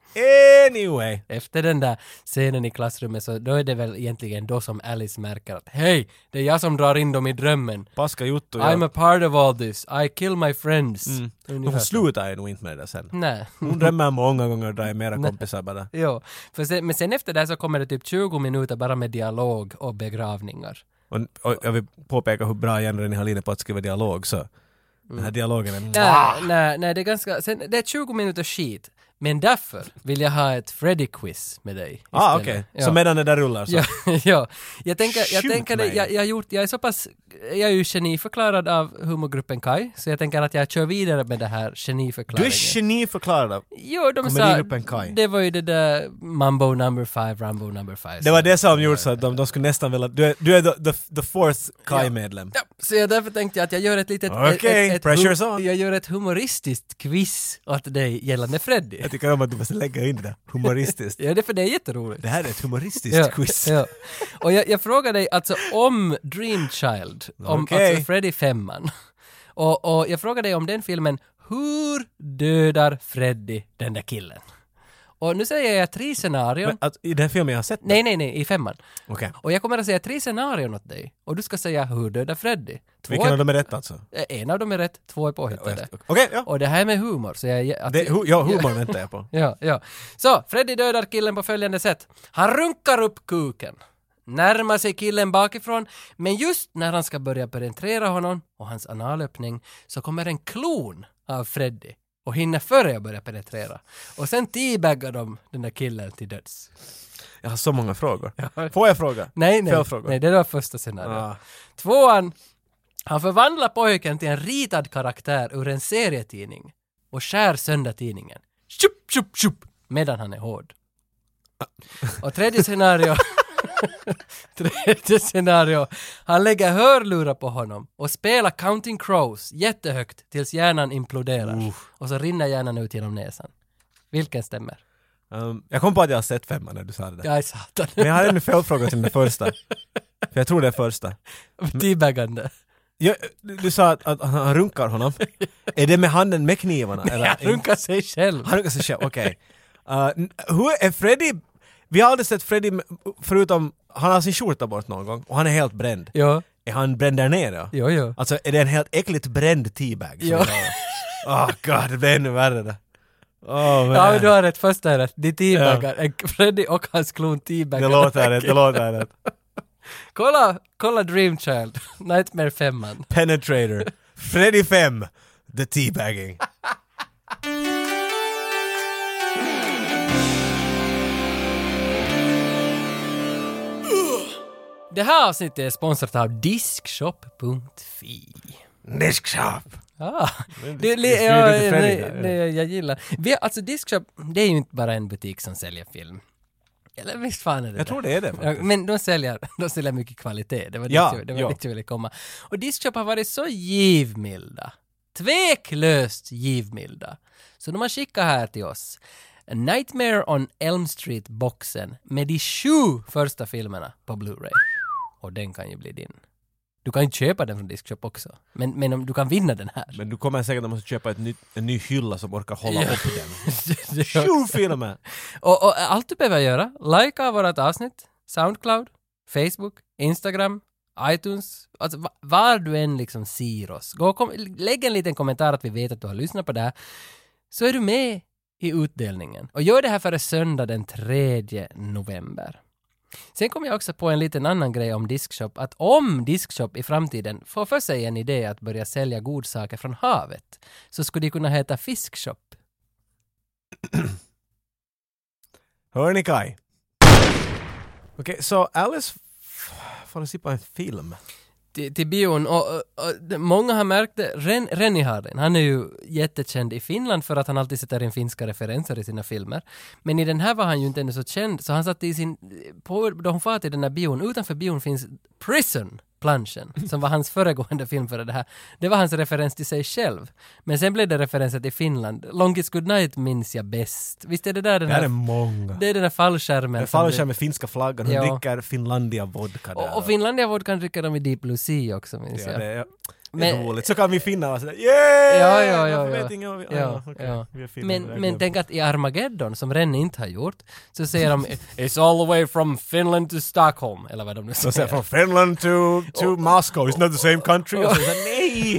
Anyway.
Efter den där scenen i klassrummet så då är det väl egentligen då som Alice märker att hej, det är jag som drar in dem i drömmen.
Paska Juttu.
I'm a part of all this. I kill my friends. Ungefär
Mm. Hon
så.
slutar ju nog inte med det sen.
Nej.
Hon drömmer många gånger att dra i mera kompisar bara.
Jo, för sen, men sen efter det här så kommer det typ 20 minuter bara med dialog och begravningar.
Och, och jag vill påpeka hur bra Jenny René Hallin är på att skriva dialog så den
Mm.
här dialogen är...
Nej, nej, nej, det är ganska, sen, det är 20 minuter skit. Men därför vill jag ha ett Freddy-quiz med dig.
Ah
istället.
okej,
Ja.
så medan det där rullar så.
Ja, ja. Jag tänker, jag
Shoot
tänker det,
mig.
jag, jag, har gjort, jag är så pass, jag är ju geniförklarad av humorgruppen Kai, så jag tänker att jag kör vidare med det här
Du är
geniförklaringen.
geniförklarad.
Jo, de sa,
Komedigruppen Kai.
det var ju det där Mambo number five, Rambo number five.
Det var det som gjorde så att de, de skulle nästan vilja... Du är, du är the, the, the fourth Kai-medlem.
Ja, så jag därför tänkte jag att jag gör ett litet...
Okej,
ett, ett,
pressure's
hu-
on.
Jag gör ett humoristiskt quiz åt dig gällande Freddy.
Jag tycker om att du måste lägga in det där humoristiskt.
Ja, det är för det är jätteroligt.
Det här är ett humoristiskt
Ja,
quiz.
ja. Och jag, jag frågar dig alltså om Dreamchild, om
Okej.
alltså Freddy Femman. Och, och jag frågar dig om den filmen, hur dödar Freddy den där killen? Och nu säger jag tre scenarion.
Men, att, I den filmen jag har sett?
nej, nej, nej, i femman.
Okej.
Och jag kommer att säga tre scenarion åt dig. Och du ska säga hur dödar Freddy? Två
Vilken
är,
av dem är rätt alltså?
eh, En av dem är rätt, två är påhittade.
Okej, ja.
Och det här med humor, så jag... Att,
Det, hu, ja, humorn väntar jag på.
Ja, ja. Så, Freddy dödar killen på följande sätt. Han runkar upp kuken, närmar sig killen bakifrån, men just när han ska börja penetrera honom och hans analöppning så kommer en klon av Freddy och hinner före jag börjar penetrera. Och sen teabaggar de den där killen till döds.
Jag har så många frågor. Får jag fråga?
Nej, nej,
Fel fråga.
nej det var första scenariot.
Ah.
Tvåan, han förvandlar pojken till en ritad karaktär ur en serietidning och skär sönder tidningen. Tjup, tjup, tjup, medan han är hård. Och tredje scenario, Tredje scenario. Han lägger hörlurar på honom och spelar Counting Crows jättehögt tills hjärnan imploderar. Och så rinner hjärnan ut genom näsan. Vilken stämmer?
Um, jag kom på att jag har sett femman när du sa det där.
Jag är satan.
Men jag har en följdfråga till den första. För jag tror det är första.
Teabaggande.
Jag, du sa att, att han runkar honom. Är det med handen med knivarna? eller?
Han runkar sig själv.
Han runkar sig själv, okej. Uh, n- hur är Freddy? Vi har aldrig sett Freddy med- förutom, han har sin skjorta bort någon gång och han är helt bränd.
Ja,
Är han bränd där nere?
jo, jo.
Alltså är det en helt äckligt bränd teabag? som
Ja.
vi har? Åh god, det blir ännu värre det. Åh, man.
Ja, men du har rätt. Första är rätt. De teabaggar. En- Freddy och hans klon teabaggar.
det låter rätt, det låter rätt.
Kolla, kolla Dreamchild. Nightmare 5
Penetrator. Freddy 5. The teabagging.
Det här avsnittet är sponsrat av Diskshop.fi.
Niskshop.
Ah, det,
det
det,
smyger
ja,
lite
det,
Fredrik där,
det, jag gillar. Vi, alltså Diskshop, det är ju inte bara en butik som säljer film. Eller visst fan är det
Jag tror det är det
Ja,
faktiskt.
Men de säljer, de säljer mycket kvalitet, det var dit,
Ja,
jag, det var
ja.
dit jag ville komma. Och Diskshop har varit så givmilda, tveklöst givmilda. Så de har skickat här till oss A Nightmare on Elm Street-boxen med de sju första filmerna på Blu-ray. Och den kan ju bli din. Du kan ju köpa den från Diskshop också, men, men om, du kan vinna den här.
Men du kommer säkert att måste köpa ett nytt, en ny hylla som orkar hålla upp den.
Det-
Tjo filmer!
Och, och allt du behöver göra, likea vårt avsnitt, Soundcloud, Facebook, Instagram, iTunes, alltså va- var du än liksom ser oss. Gå och kom, lägg en liten kommentar att vi vet att du har lyssnat på det här, så är du med i utdelningen. Och gör det här före söndag den 3 november. Sen kom jag också på en liten annan grej om Diskshop, att om Diskshop i framtiden får för sig en idé att börja sälja godsaker från havet, så skulle de kunna heta Fiskshop.
Hör ni Kaj? Okej, så Alice f- får se på en film.
till, till bion och, och, och de- många har märkt det. Ren, Renny Harlin, han är ju jättekänd i Finland för att han alltid sätter in finska referenser i sina filmer. Men i den här var han ju inte ännu så känd så han satte i sin, på, då hon far till den här bion, utanför bion finns Prison planschen, som var hans föregående film före det här. Det var hans referens till sig själv. Men sen blev det referenser till Finland. Longest Goodnight minns jag bäst. Visst är det där den
Det här är
här,
många.
det är den här fallskärmen?
En
som
fallskärm
blir-
med finska flaggan, hon
Ja.
dricker Finlandia vodka där.
Och, och Finlandia vodkan dricker de i Deep Blue Sea också minns
Ja,
jag.
det är, det är
Men-
roligt. Så kan vi finna vara sådär yeah!
Ja, ja, ja,
Varför
ja.
vet ingen vad vi... ah,
Ja,
okej.
ja.
Vi är finnar,
Men,
det är
men
glömt.
tänk att i Armageddon, som Rennie inte har gjort, så säger de “It's all the way from Finland to Stockholm”, eller vad de nu
Så säger
säger.
från Finland to, to Moscow, it's not the same country. Och så, säger, nej!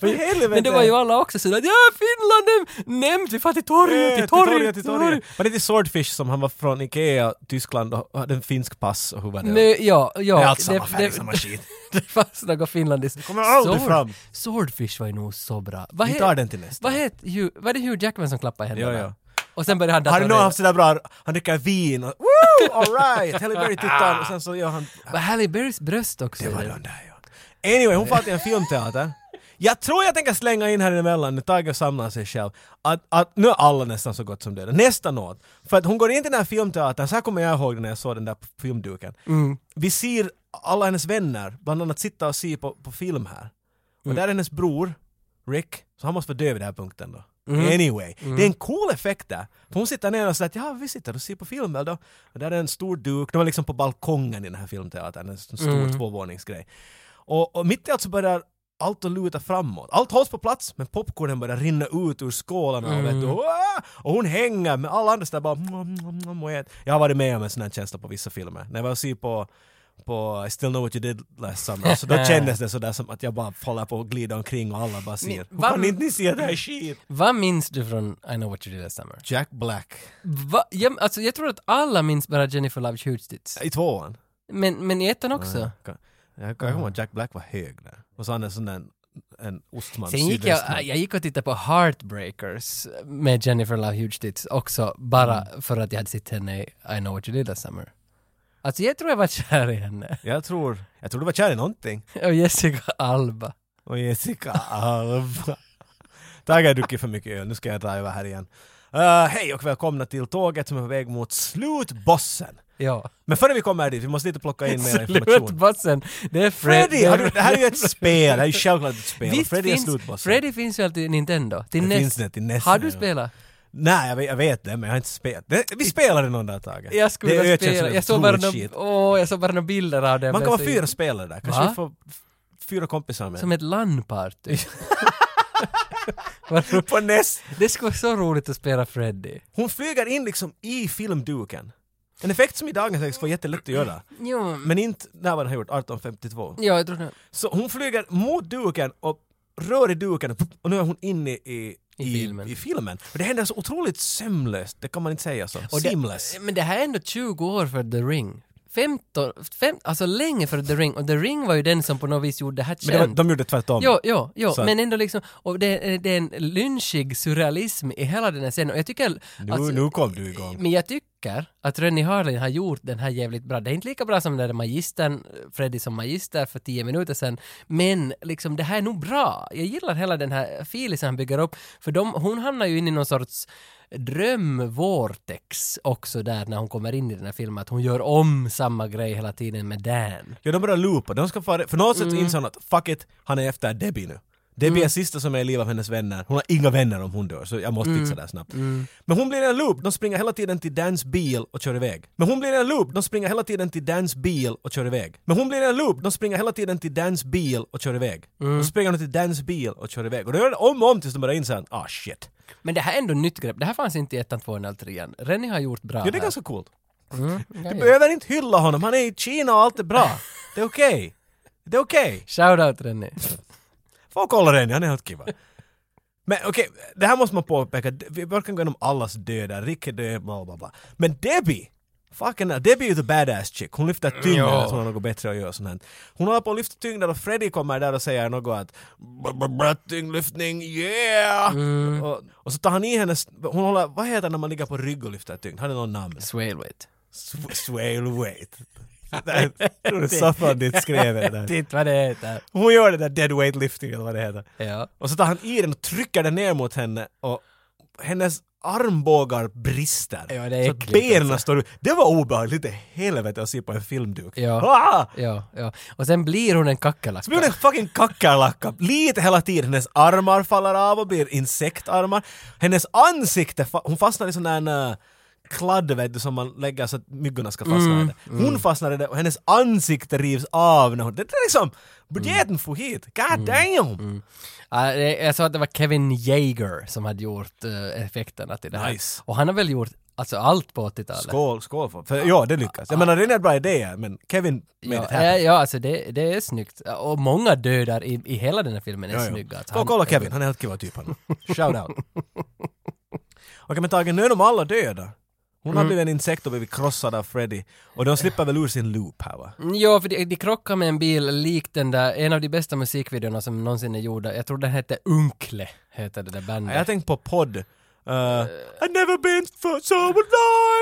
För helvete!
men det var ju alla också sådär “Ja, Finland är nämnt, vi far till torget,
Eh,
till
till torget,
torget,
till torget. Var det inte Swordfish som han var från Ikea, Tyskland och hade en finsk pass och hur var det?
Nej, ja, ja.
det är allt samma
det-
färg,
det-
samma skit.
Det fanns något finlandiskt.
kommer aldrig fram.
Swordfish var ju nog så bra. Vad
Vi
he-
tar den till nästa.
Vad het, Hugh, var det Hugh Jackman som klappade händerna?
Ja, ja.
Och sen började han
Har du någon
datorera.
haft sådär bra, han dricker vin och woo, alright, Halle Berry tittar och sen så gör han...
Var Halle Berrys bröst också?
Det var den där ja. Anyway, hon far till en filmteater. Jag tror jag tänker slänga in här emellan, när Tiger samlar sig själv, att, att nu är alla nästan så gott som döda. Nästan något. För att hon går in till den här filmteatern, så här kommer jag ihåg det när jag såg den där på filmduken. Vi ser alla hennes vänner, bland annat sitta och se på, på film här. Och där är hennes bror, Rick, så han måste vara död vid den här punkten då. Anyway, det är en cool effekt där. För hon sitter ner och säger att ja, vi sitter och ser på film väl då. Och där är en stor duk, de var liksom på balkongen i den här filmteatern, en stor tvåvåningsgrej. Och, och mitt i allt så börjar allt att luta framåt. Allt hålls på plats, men popcornen börjar rinna ut ur skålarna och, vet du, "Åh!" och hon hänger med alla andra där bara "Mm, mm, mm", och ät. Jag har varit med om en sån här känsla på vissa filmer. När jag var och såg på på I still know what you did last summer, så då kändes det sådär som att jag bara håller på att glida omkring och alla bara ser. Hur
vad-
kan inte ni se det här skit?
Vad minns du från I know what you did last summer?
Jack Black.
Va? Ja, men alltså, jag tror att alla minns bara Jennifer Love Hudstitz.
I tvåan.
Men, men i ettan också.
Kan- Jag kommer ihåg att Jack Black var hög där. Och så hade han en sån där en ostman,
Sen gick
sydöstman.
jag, jag gick och tittade på Heartbreakers med Jennifer Love Hudstitz också, bara
Mm.
för att jag hade sett henne i I know what you did last summer. Alltså jag tror jag var kär i henne.
jag tror, jag tror du var kär i någonting.
Och Jessica Alba.
Och Jessica Alba. Tage har druckit för mycket öl, nu ska jag dra över här igen. Eh, Hej och välkomna till tåget som är på väg mot slutbossen.
Ja.
Men före vi kommer dit, vi måste lite plocka in mer information.
Slutbossen, det är Fred-
Freddy! Har du, det här är ju ett spel, det här är ju självklart ett spel.
Visst
Freddy är
finns,
slutbossen.
Freddy finns ju alltid i Nintendo. Till
Det
NES.
finns det till NES,
Har du
ja.
spelat?
Nej, jag vet, jag vet det, men jag har inte spelat. Det, vi spelade någon dag Tage.
Jag skulle
det
vilja
ökänns som
spela.
en
Jag såg bara
otrolig
några
shit.
åh, jag såg bara några bilder av det. Jag
Man kan vara
blev så-
fyra spelare där, kanske
Va?
vi får f- fyra kompisar med.
Som ett LAN-party. Vad ro-
På NES!
det skulle vara så roligt att spela Freddy.
Hon flyger in liksom i filmduken. En effekt som i dagens text var jättelätt att göra.
Jo,
Men inte när man har gjort 1852.
ja, jag tror det.
Så hon flyger mot duken och rör i duken och, och nu är hon inne i,
I filmen.
i filmen. Och det händer så otroligt sömlöst, det kan man inte säga så.
Och det-
Seamless.
Men det här är ändå 20 år för The Ring. 15, fem, alltså länge för The Ring. Och The Ring var ju den som på något vis gjorde det här
Men det var,
känt.
de gjorde tvärtom.
Jo, jo, jo.
Så att-
men ändå liksom, och det, är- det är en lynchig surrealism i hela den här scenen. Och jag tycker...
nu,
alltså-
nu kom du igång.
Men jag tycker att Rennie Harlin har gjort den här jävligt bra. Det är inte lika bra som den där magistern, Freddy som magister för tio minuter sedan. Men liksom det här är nog bra. Jag gillar hela den här filisen han bygger upp. För de, hon hamnar ju in i någon sorts drömvortex också där när hon kommer in i den här filmen. Att hon gör om samma grej hela tiden med Dan.
Ja, de börjar loopa. De ska fara, för något sätt mm. inser hon att fuck it, han är efter Debbie nu. Debbie är sista som är i livet av hennes vänner. Hon har inga vänner om hon dör, så jag måste fixa det här snabbt. Men hon blir en loop. De springer hela tiden till Dans bil och kör iväg. Men hon blir en loop. De springer hela tiden till Dans bil och kör iväg. Men hon blir en loop. De springer hela tiden till Dans bil och kör iväg. Och så springer de till Dans bil och kör iväg. Och då gör de om och om tills de börjar inse att ah shit.
Men det här är ändå ett nytt grepp. Det här fanns inte i ettan, tvåan eller trean. Rennie har gjort bra
Ja, Mm. det är
här.
ganska coolt.
Ja,
Du
ja.
behöver inte hylla honom. Han är i Kina och allt är bra. Det är okej. Det är okej.
Shoutout Rennie.
Folk håller den, han är helt kiva. Men okej, det här måste man påpeka. Vi verkar gå igenom allas döda, Rick är död, bla bla bla. Men Debbie! Fucking hell, Debbie är ju the badass chick. Hon lyfter tyngder
Ja.
att hon har något bättre att göra och sånt här. Hon håller på att lyfta tyngder och Freddy kommer där och säger något att "Bra, bra, bra, tyngdlyftning, yeah! Och, och så tar han i hennes, hon håller, vad heter det när man ligger på rygg och lyfter tyngd? Har det någon namn?
Swaleweight.
Sw- Swale weight. Jag tror det är Saffan dit skrev det där.
Titta vad det heter.
Hon gör det där dead weight lifting eller vad det heter.
Ja.
Och så tar han i den och trycker den ner mot henne och hennes armbågar brister.
Ja, det är
så att
äckligt, alltså.
benen står ut. Det var obehagligt i helvete att se på en filmduk.
Ja.
Ah!
Ja, ja. Och sen blir hon en
Så blir det
kackerlacka.
en fucking kackerlacka. Lite hela tiden. Hennes armar faller av och blir insektarmar. Hennes ansikte, fa- hon fastnar i sån där uh, kladd vet du, som man lägger så att myggorna ska fastna
Mm,
i det. Hon fastnar i det och hennes ansikte rivs av när hon... Det är liksom...
Mm.
Budgeten for hit! God damn!
Ja, det- Jag sa att det var Kevin Jaeger som hade gjort eh, effekterna till det här.
Nice.
Och han har väl gjort alltså allt på 80-talet.
Skål, skål för, för ja det lyckas. Jag menar det är en bra idé men Kevin made
Ja,
it happen.
ja, ja, alltså det, det är snyggt. Och många dödar i, i hela den här filmen är
Ja, ja.
snygga. Alltså
Gå och kolla Kevin, han är helt kiva typ han. Shout out. Okej men Tage, nu är de alla döda. Hon
Mm.
har blivit en insekt och blivit krossad av Freddy. Och de slipper väl ur sin loop här va?
Mm, Ja, för de, de krockar med en bil likt den där, en av de bästa musikvideorna som någonsin är gjorda. Jag tror den hette Unkle, heter det där bandet.
Jag tänkte på podd. Uh,
Eh.
I've never been for so alive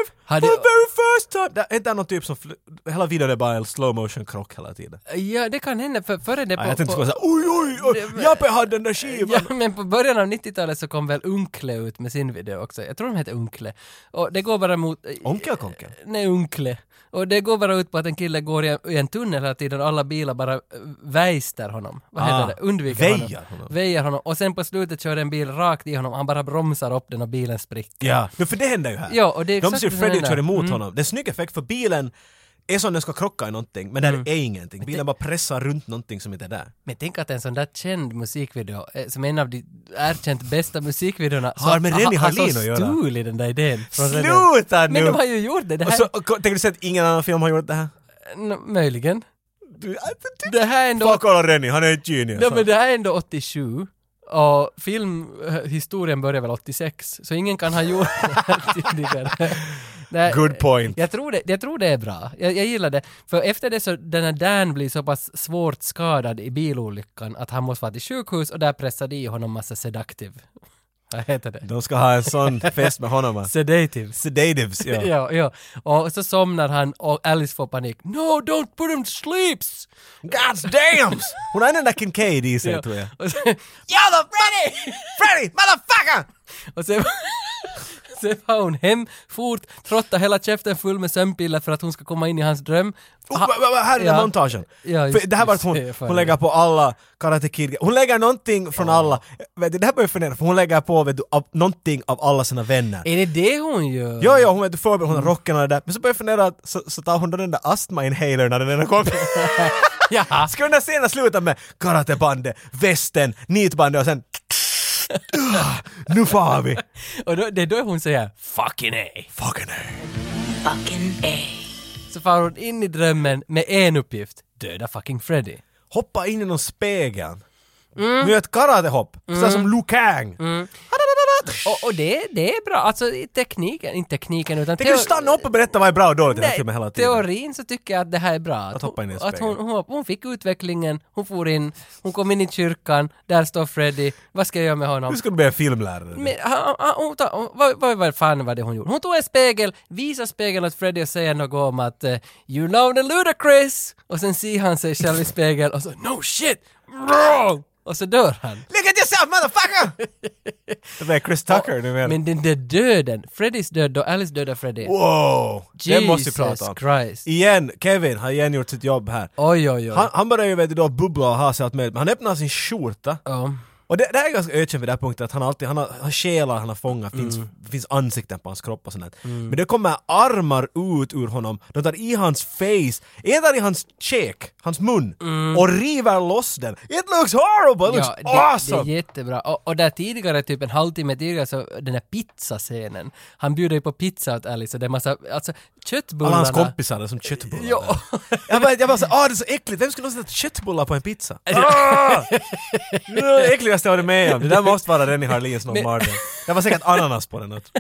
for
Hade-
the very first time. Det är inte någon typ som... fly- Hela videon är bara en slow motion krock hela tiden.
Ja, det kan hända, för före det på...
Nej, jag tänkte
på-
såhär oj oj oj, Jappe hade den där skivan!
Ja, men på början av 90-talet så kom väl Unkle ut med sin video också. Jag tror de hette Unkle. Och det går bara mot...
Onkel Konkel.
Nej, Unkle. Och det går bara ut på att en kille går i en, i en tunnel hela tiden och alla bilar bara eh, väister honom. Vad
Ah,
heter det? Undviker
väjar
honom.
honom.
Väjar honom. Och sen på slutet kör en bil rakt i honom. Han bara bromsar upp den och bilen spricker.
Ja, no, för det händer ju här.
Ja, och det är
De
exakt
ser
det som
Freddy
händer. Mm.
köra emot honom. Det är snygg effekt för bilen är som den ska krocka i någonting, men där
Mm.
är ingenting. Bilen bara pressar runt någonting som inte är där.
Men tänk att en sån där känd musikvideo, eh, som är en av de erkänt bästa musikvideorna, så
Har med
ha-
Rennie
har
Harlin
så
att göra.
stul i den där idén. från Rennie.
Sluta nu!
Men de har ju gjort det. det
Och
här,
så, och, tänker du säga att ingen annan film har gjort det här?
Nå, möjligen.
Du,
Det här är ändå
Fuck kolla Rennie, han är ett genius.
Ja, men det här är ändå 87 och filmhistorien börjar väl 86 så ingen kan ha gjort det här tidigare. Nej,
Good point.
Jag tror det, jag tror det är bra. Jag, jag gillar det. För efter det så, den här Dan blir så pass svårt skadad i bilolyckan att han måste vara till sjukhus och där pressar de i honom massa sedaktiv. Vad heter det?
De ska ha en sån fest med honom. va?
Sedatives.
Sedatives, ja.
Ja, ja. Och så somnar han och Alice får panik. No, don't put him to sleeps!
Gods damns! Hon har den där Kincaid i sig
Ja.
tror jag.
Och sen,
You're the Freddy! Freddy, motherfucker!
och sen, sen var hon hem fort, trottar hela käften full med sömnpiller för att hon ska komma in i hans dröm.
Oh, va- va- va- här är den
ja.
montagen.
Ja,
för
just-
det här var att
just
hon,
det, fan.
hon lägger på alla Karate Kid Hon lägger någonting från alla. Vet du, det här börjar fundera, för hon lägger på vet du, av, någonting av alla sina vänner.
Är det det hon gör?
Jo, jo, hon vet du förbereder, hon har rocken och det där. Men så börjar jag fundera, att så, så tar hon då den där astma-inhalern när den ena kom.
Jaha.
Ska den där scenen sluta med karatebandet, västen, nitbandet och sen... nu far vi!
Och då, det är då hon säger “fucking A”.
Fucking hell.
Fucking A.
Så far hon in i drömmen med en uppgift. Döda fucking Freddy.
Hoppa in i någon spegel.
Mm.
Nu gör ett karatehopp, sådär som Liu Kang. Ha-da-da-da-da.
Och, och det, det är bra. Alltså i tekniken, inte tekniken utan...
Tänker du stanna upp och berätta vad är bra och dåligt i den här
Nej,
filmen hela tiden?
teorin så tycker jag att det här är bra. Att,
hoppa in i en
hon, att hon,
spegel.
hon, hon fick utvecklingen, hon for in, hon kom in i kyrkan, där står Freddy, vad ska jag göra med
Nu
honom?
ska du bli en filmlärare.
Men, ha, ha, hon tar, hon, vad, vad, vad fan var det hon gjorde? Hon tog en spegel, visar spegeln åt Freddy och säger något om att eh, “You know the ludicrous” och sen ser han sig själv i spegeln och så “No shit! Wrong!” och så dör han.
Look at yourself motherfucker! det blir Chris Tucker, du menar.
Men den där döden, Freddys död då, Alice dödar Freddy.
Wow! det måste vi
Jesus
prata om.
Christ.
Igen, Kevin har igen gjort sitt jobb här.
Oj, oj, oj.
Han, han börjar ju vet du, då bubbla och ha sig allt möjligt, men han öppnar sin skjorta.
Ja.
Och det, det här är ganska ökänt vid den här punkten, att han alltid, han har, han själar han har fångat, finns,
Mm.
finns ansikten på hans kropp och sånt där. Men det kommer armar ut ur honom, de tar i hans face, en tar i hans käk, hans mun, och river loss den. It looks horrible, it looks
Mm. Ja, det,
awesome!
det är jättebra. Och, och där tidigare, typ en halvtimme tidigare, så den där pizzascenen. Han bjuder ju på pizza åt Alice och det är massa, alltså köttbullarna.
Alla hans kompisar är som köttbullar.
Ja.
Jag bara, jag bara så, ah det är så äckligt, vem skulle någonsin äta köttbullar på en pizza? Ah! Det äckligaste jag varit med om, det där måste vara Rennie Harlins någon mardröm. Det var säkert ananas på den. också.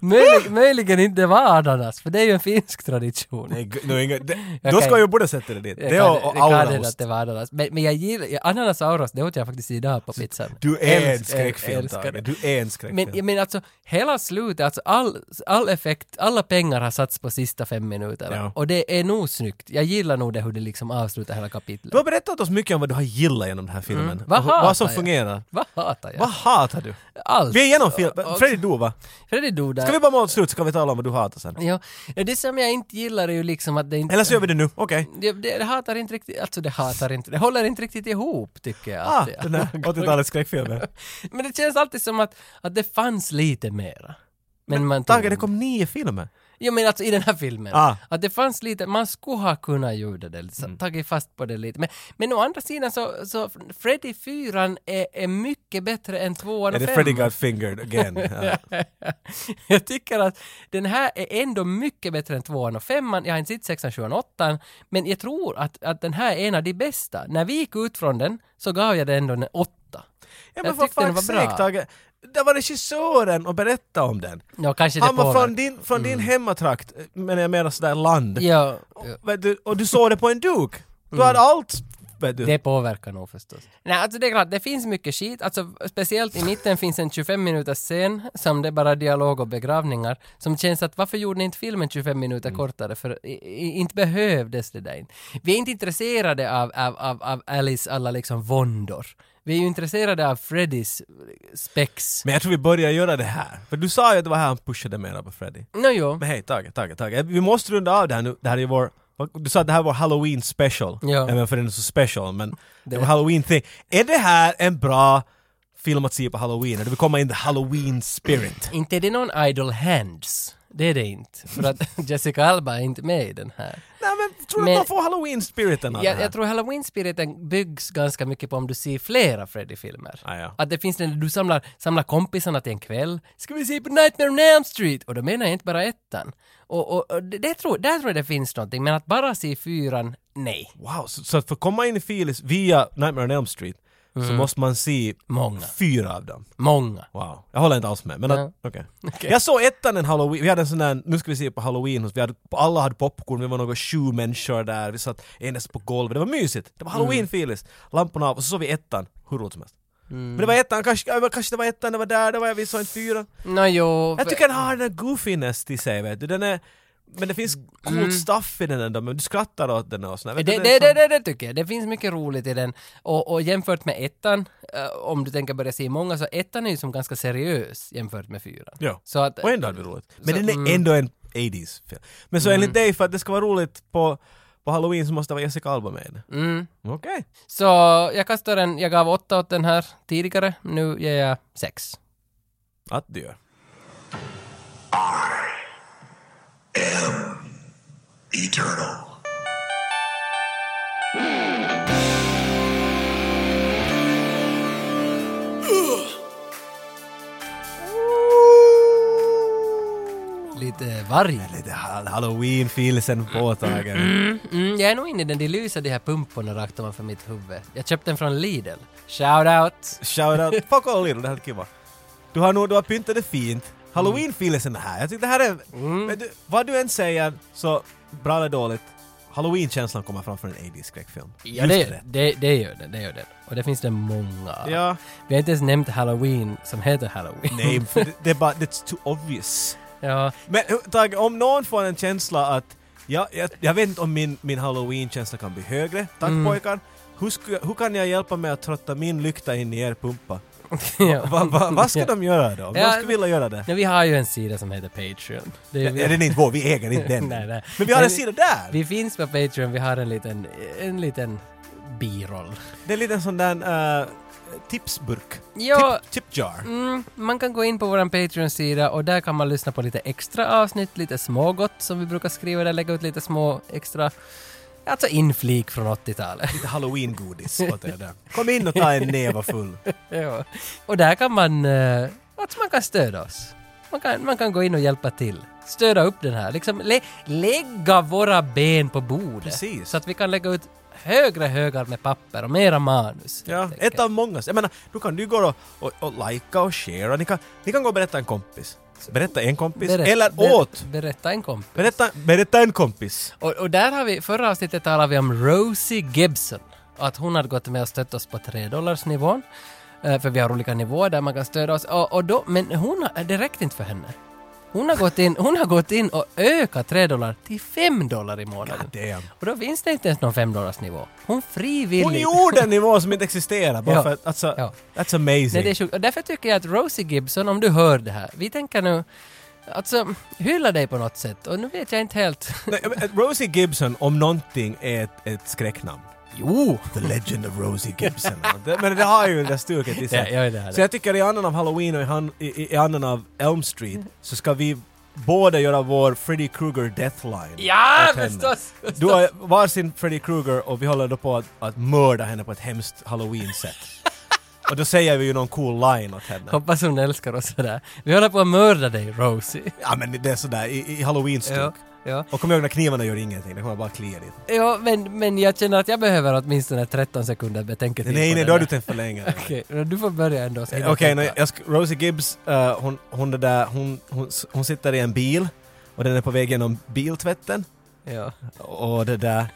Möjlig, möjligen inte var ananas, för det är ju en finsk tradition.
Nej, g- no, inga- det-
Jag
Då
kan-
ska jag både sätta det dit.
Jag
Det
kan-
och, och
jag kan hända att
aunaost.
det var ananas. Men, men jag gillar, ja, ananas och auras, det åt jag faktiskt idag på pizzan.
Du är en
Älskar-
skräckfilm
älskar det.
Tage. du är en skräckfilm.
Men, men alltså, hela slutet, alltså all, all effekt, alla pengar har satts på sista fem minuterna.
Ja.
Och det är nog snyggt. Jag gillar nog det hur det liksom avslutar hela kapitlet.
Du har berättat oss mycket om vad du har gillat genom den här filmen. Och
Vad
hur- Mm. vad som
hatar jag?
fungerar.
Vad hatar jag?
Vad hatar du?
Allt.
Vi är igenom filmen.
Och- och-
Freddy du va?
Freddy dog där.
Ska vi bara måla slut så kan vi tala om vad du hatar sen.
Ja, det som jag inte gillar är ju liksom att det inte...
Eller så gör vi det nu, okej.
Det, det, det hatar inte riktigt, alltså det hatar inte, det håller inte riktigt ihop tycker jag.
Ah,
att det-
den där 80-talets skräckfilmen.
Men det känns alltid som att, att det fanns lite mera. Men, man
Tage, det kom nio filmer.
Jo men alltså i den här filmen.
Ah. Mm.
Att det fanns lite, man skulle ha kunnat göra det, så, tagit fast på det lite. Men, men å andra sidan så, så Freddy 4 är, är mycket bättre än 2 och
Är det
5.
Freddy got fingered again? Ja.
jag tycker att den här är ändå mycket bättre än tvåan och femman. Jag har inte sett sexan, sjuan, åttan. Men jag tror att, att den här är en av de bästa. När vi gick ut från den så gav jag den ändå en åtta.
Ja,
Jag
men vad
tyckte den
fan
var bra.
sake Tage. Det var regissören och berätta om den.
Ja, kanske det
Han var
påverkar.
från din, från din hemmatrakt, men jag menar sådär land.
Mm. Ja, Mm.
Vet du, och du såg det på en duk. Du hade allt. Vet du.
det påverkar nog förstås. Nej, alltså det är klart, det finns mycket skit. Alltså, speciellt i mitten finns en 25 minuters scen som det är bara dialog och begravningar. Som känns att varför gjorde ni inte filmen 25 minuter kortare? För i, i, inte behövdes det där. Vi är inte intresserade av, av, av, av Alice alla liksom våndor. Vi är ju intresserade av Freddys spex.
Men jag tror vi börjar göra det här. För du sa ju att det var här han pushade mera på Freddy.
Nåjo.
Men hej, Tage, Tage, Tage. Eh, Vi måste runda av det här nu. Det här är vår... Du sa att det här var halloween special.
Ja.
Även för den är så special, men det var halloween thing. Är det här en bra film att se på halloween? Eller du vill komma in the halloween spirit?
Inte är det någon idle hands. Det är det inte. För att Jessica Alba är inte med i den här.
Nej men tror du
Men-
att man får halloween spiriten av det
Jag,
här?
jag tror halloween-spiriten byggs ganska mycket på om du ser flera Freddy-filmer.
Ah, ja.
Att det finns den du samlar, samlar kompisarna till en kväll. Ska vi se på Nightmare on Elm Street? Och då menar jag inte bara ettan. Och, och, och det, det tror, där tror jag det finns någonting, men att bara se fyran, nej.
Wow, så, så att för att komma in i Filis via Nightmare on Elm Street så måste man se
Många.
fyra av dem.
Många.
Wow. Jag håller inte alls med. Men att,
Nej.
okej. Jag såg ettan en halloween, vi hade en sån där, nu ska vi se på halloween, vi hade, alla hade popcorn, vi var några sju människor där, vi
Mm.
satt enes på golvet, det var mysigt. Det var halloween-feelings. Lamporna av och så såg vi ettan, hur roligt som helst.
Mm.
Men det var ettan, kanske, ja, kanske det var ettan, det var där, det var jag visst och inte fyra.
Nå jo,
Jag tycker den har den där goofiness till sig vet du, den är... Men det finns coolt stuff i den ändå, men du skrattar åt den och sådär.
Det,
vet
Mm. det,
du,
det,
den är
det, det tycker jag. Det finns mycket roligt i den. Och, och jämfört med ettan, eh, om du tänker börja se många, så ettan är ju som ganska seriös jämfört med fyran.
Ja.
Så att,
Och ändå hade vi roligt. Men
Så,
den är
mm.
ändå en 80s film. Men så enligt dig, för att det ska vara roligt på, på halloween så måste det vara Jessica Alba med i den.
Mm.
Okej.
Så jag kastar en, jag gav åtta åt den här tidigare, nu ger jag sex.
Att du gör.
Eternal.
Lite varg.
Lite hall- halloween-filsen påtagen.
Mm, jag är nog inne i den, de lyser de här pumporna rakt ovanför mitt huvud. Jag köpte den från Lidl. Shout out!
Shoutout, fuck all Lidl, det här är kiva. Du har nog, du har pyntat det fint. Halloween-filsen här, jag tycker det här är...
Mm.
Men du, vad du än säger, så bra eller dåligt, halloween-känslan kommer fram från en 80s-skräckfilm.
Ja, det, gör- det, det gör den, det gör den. Och det finns det många. av.
Ja.
Vi har inte ens nämnt Halloween som heter Halloween.
Nej, för det, det är bara, it's too obvious.
Ja,
Men Tage, om någon får en känsla att jag, jag, jag vet inte om min, min halloween-känsla kan bli högre, tack
Mm.
pojkar. Hur, sku, hur kan jag hjälpa mig att trötta min lykta in i er pumpa?
ja.
Va, va, vad ska de göra då? Om
Ja.
de skulle vilja göra det?
Nej, vi har ju en sida som heter Patreon. Det är
Ja, den är inte vår, vi äger inte den.
Nej, nej.
Men vi har
Men
en
vi-
sida där!
Vi finns på Patreon, vi har en liten, en liten biroll.
Det är lite en sån där eh, tipsburk.
Ja.
Tip, tip jar.
Mm, man kan gå in på vår Patreon-sida och där kan man lyssna på lite extra avsnitt, lite smågott som vi brukar skriva där, lägga ut lite små extra, alltså inflik från 80-talet.
Lite halloween-godis åt er där. Kom in och ta en näve full.
ja. Och där kan man, eh, alltså man kan stödja oss. Man kan, man kan gå in och hjälpa till. Stödja upp den här, liksom lä- lägga våra ben på bordet.
Precis.
Så att vi kan lägga ut högre högar med papper och mera manus.
Ja,
helt enkelt.
ett av många. Jag menar, du kan du går och, och, och likea och sharea. Ni kan, ni kan gå och berätta en kompis. Berätta en kompis.
Berätt-
Eller
ber-
åt.
Berätta en kompis.
Berätta, berätta en kompis.
Och, och där har vi, förra avsnittet talade vi om Rosie Gibson. Att hon hade gått med och stött oss på 3 nivån. Eh, För vi har olika nivåer där man kan stödja oss. Och, och då, men hon har, det räckte inte för henne. Hon har gått in, hon har gått in och ökat 3 dollar till 5 dollar i månaden.
God damn.
Och då finns det inte ens någon 5 dollars nivå. Hon
Hon
frivilligt...
gjorde en nivå som inte existerar bara
Ja.
för att, alltså,
Ja.
that's amazing.
Nej, det är sjukt. Och därför tycker jag att Rosie Gibson, om du hör det här, vi tänker nu... Alltså, hylla dig på något sätt. Och nu vet jag inte helt...
Nej, men, eh, Rosie Gibson om någonting är ett, ett skräcknamn.
Jo!
The Legend of Rosie Gibson. Det- Men det har ju det där stuket i sig.
Ja, ja, det har det.
så jag tycker i annan av Halloween och i, han, i, i- i annan av Elm Street så ska vi båda göra vår Freddy Krueger Deathline.
Ja,
åt henne.
förstås, förstås.
Du har varsin Freddy Krueger och vi håller då på att, att mörda henne på ett hemskt Halloween-sätt. och då säger vi ju någon cool line åt henne.
Hoppas hon älskar oss sådär. Vi håller på att mörda dig, Rosie.
Ja men det är sådär i, i Halloween-stuk.
Ja, ja.
Och kom ihåg när knivarna gör ingenting, det kommer bara klia dit.
Ja, men, men jag känner att jag behöver åtminstone 13 sekunder betänketid
Nej
på
nej,
den
då har
här.
du tänkt för länge.
Okej, men du får börja ändå. så
Eh,
jag
Okej,
tänker.
nu, jag sk- Rosie Gibbs, eh, hon, hon, det där, hon, hon, s- hon sitter i en bil och den är på väg genom biltvätten
Ja.
och det där.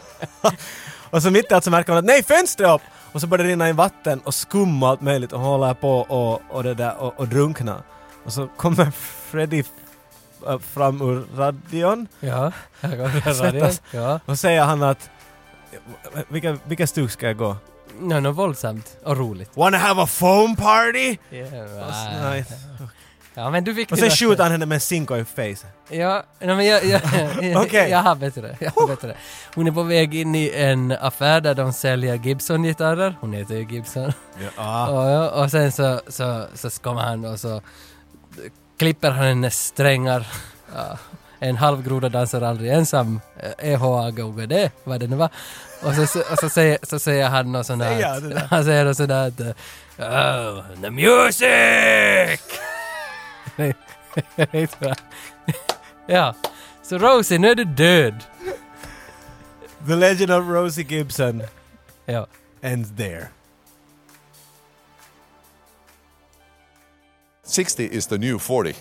och så mitt i allt så märker hon att nej, fönstret är upp! Och så börjar det rinna in vatten och skum och allt möjligt och hon håller på och, och det där och, och drunkna. Och så kommer Freddy eh, fram ur radion
Ja, jag går och rör radion.
Svettas.
Ja.
och säger han att "Eh, vilka, vilka stug ska jag gå?
Nå, nå, våldsamt och roligt.
Wanna have a foam party? Och så-
Ja,
nej.
ja, men du fick
Och
dina-
sen skjuter han henne med en cinko i face.
Ja, nej, men jag, jag, jag,
Okej.
jag har bättre. Jag har bättre. Hon är på väg in i en affär där de säljer Gibson-gitarrer. Hon heter ju Gibson.
Ja.
Ja, ja, och sen så, så, så kommer han och så klipper han hennes strängar. Ja, en halv groda dansar aldrig ensam. E EHAGOGD, vad det nu var. Och så, så, och så, säger, så säger han något sånt
Säger han det
där.
där?
Han säger något sånt där att Oh, the music! Nej, jag vet inte. ja, så Rosie, nu är du död.
The Legend of Rosie Gibson
Ja.
ends there.
60 is the new 40.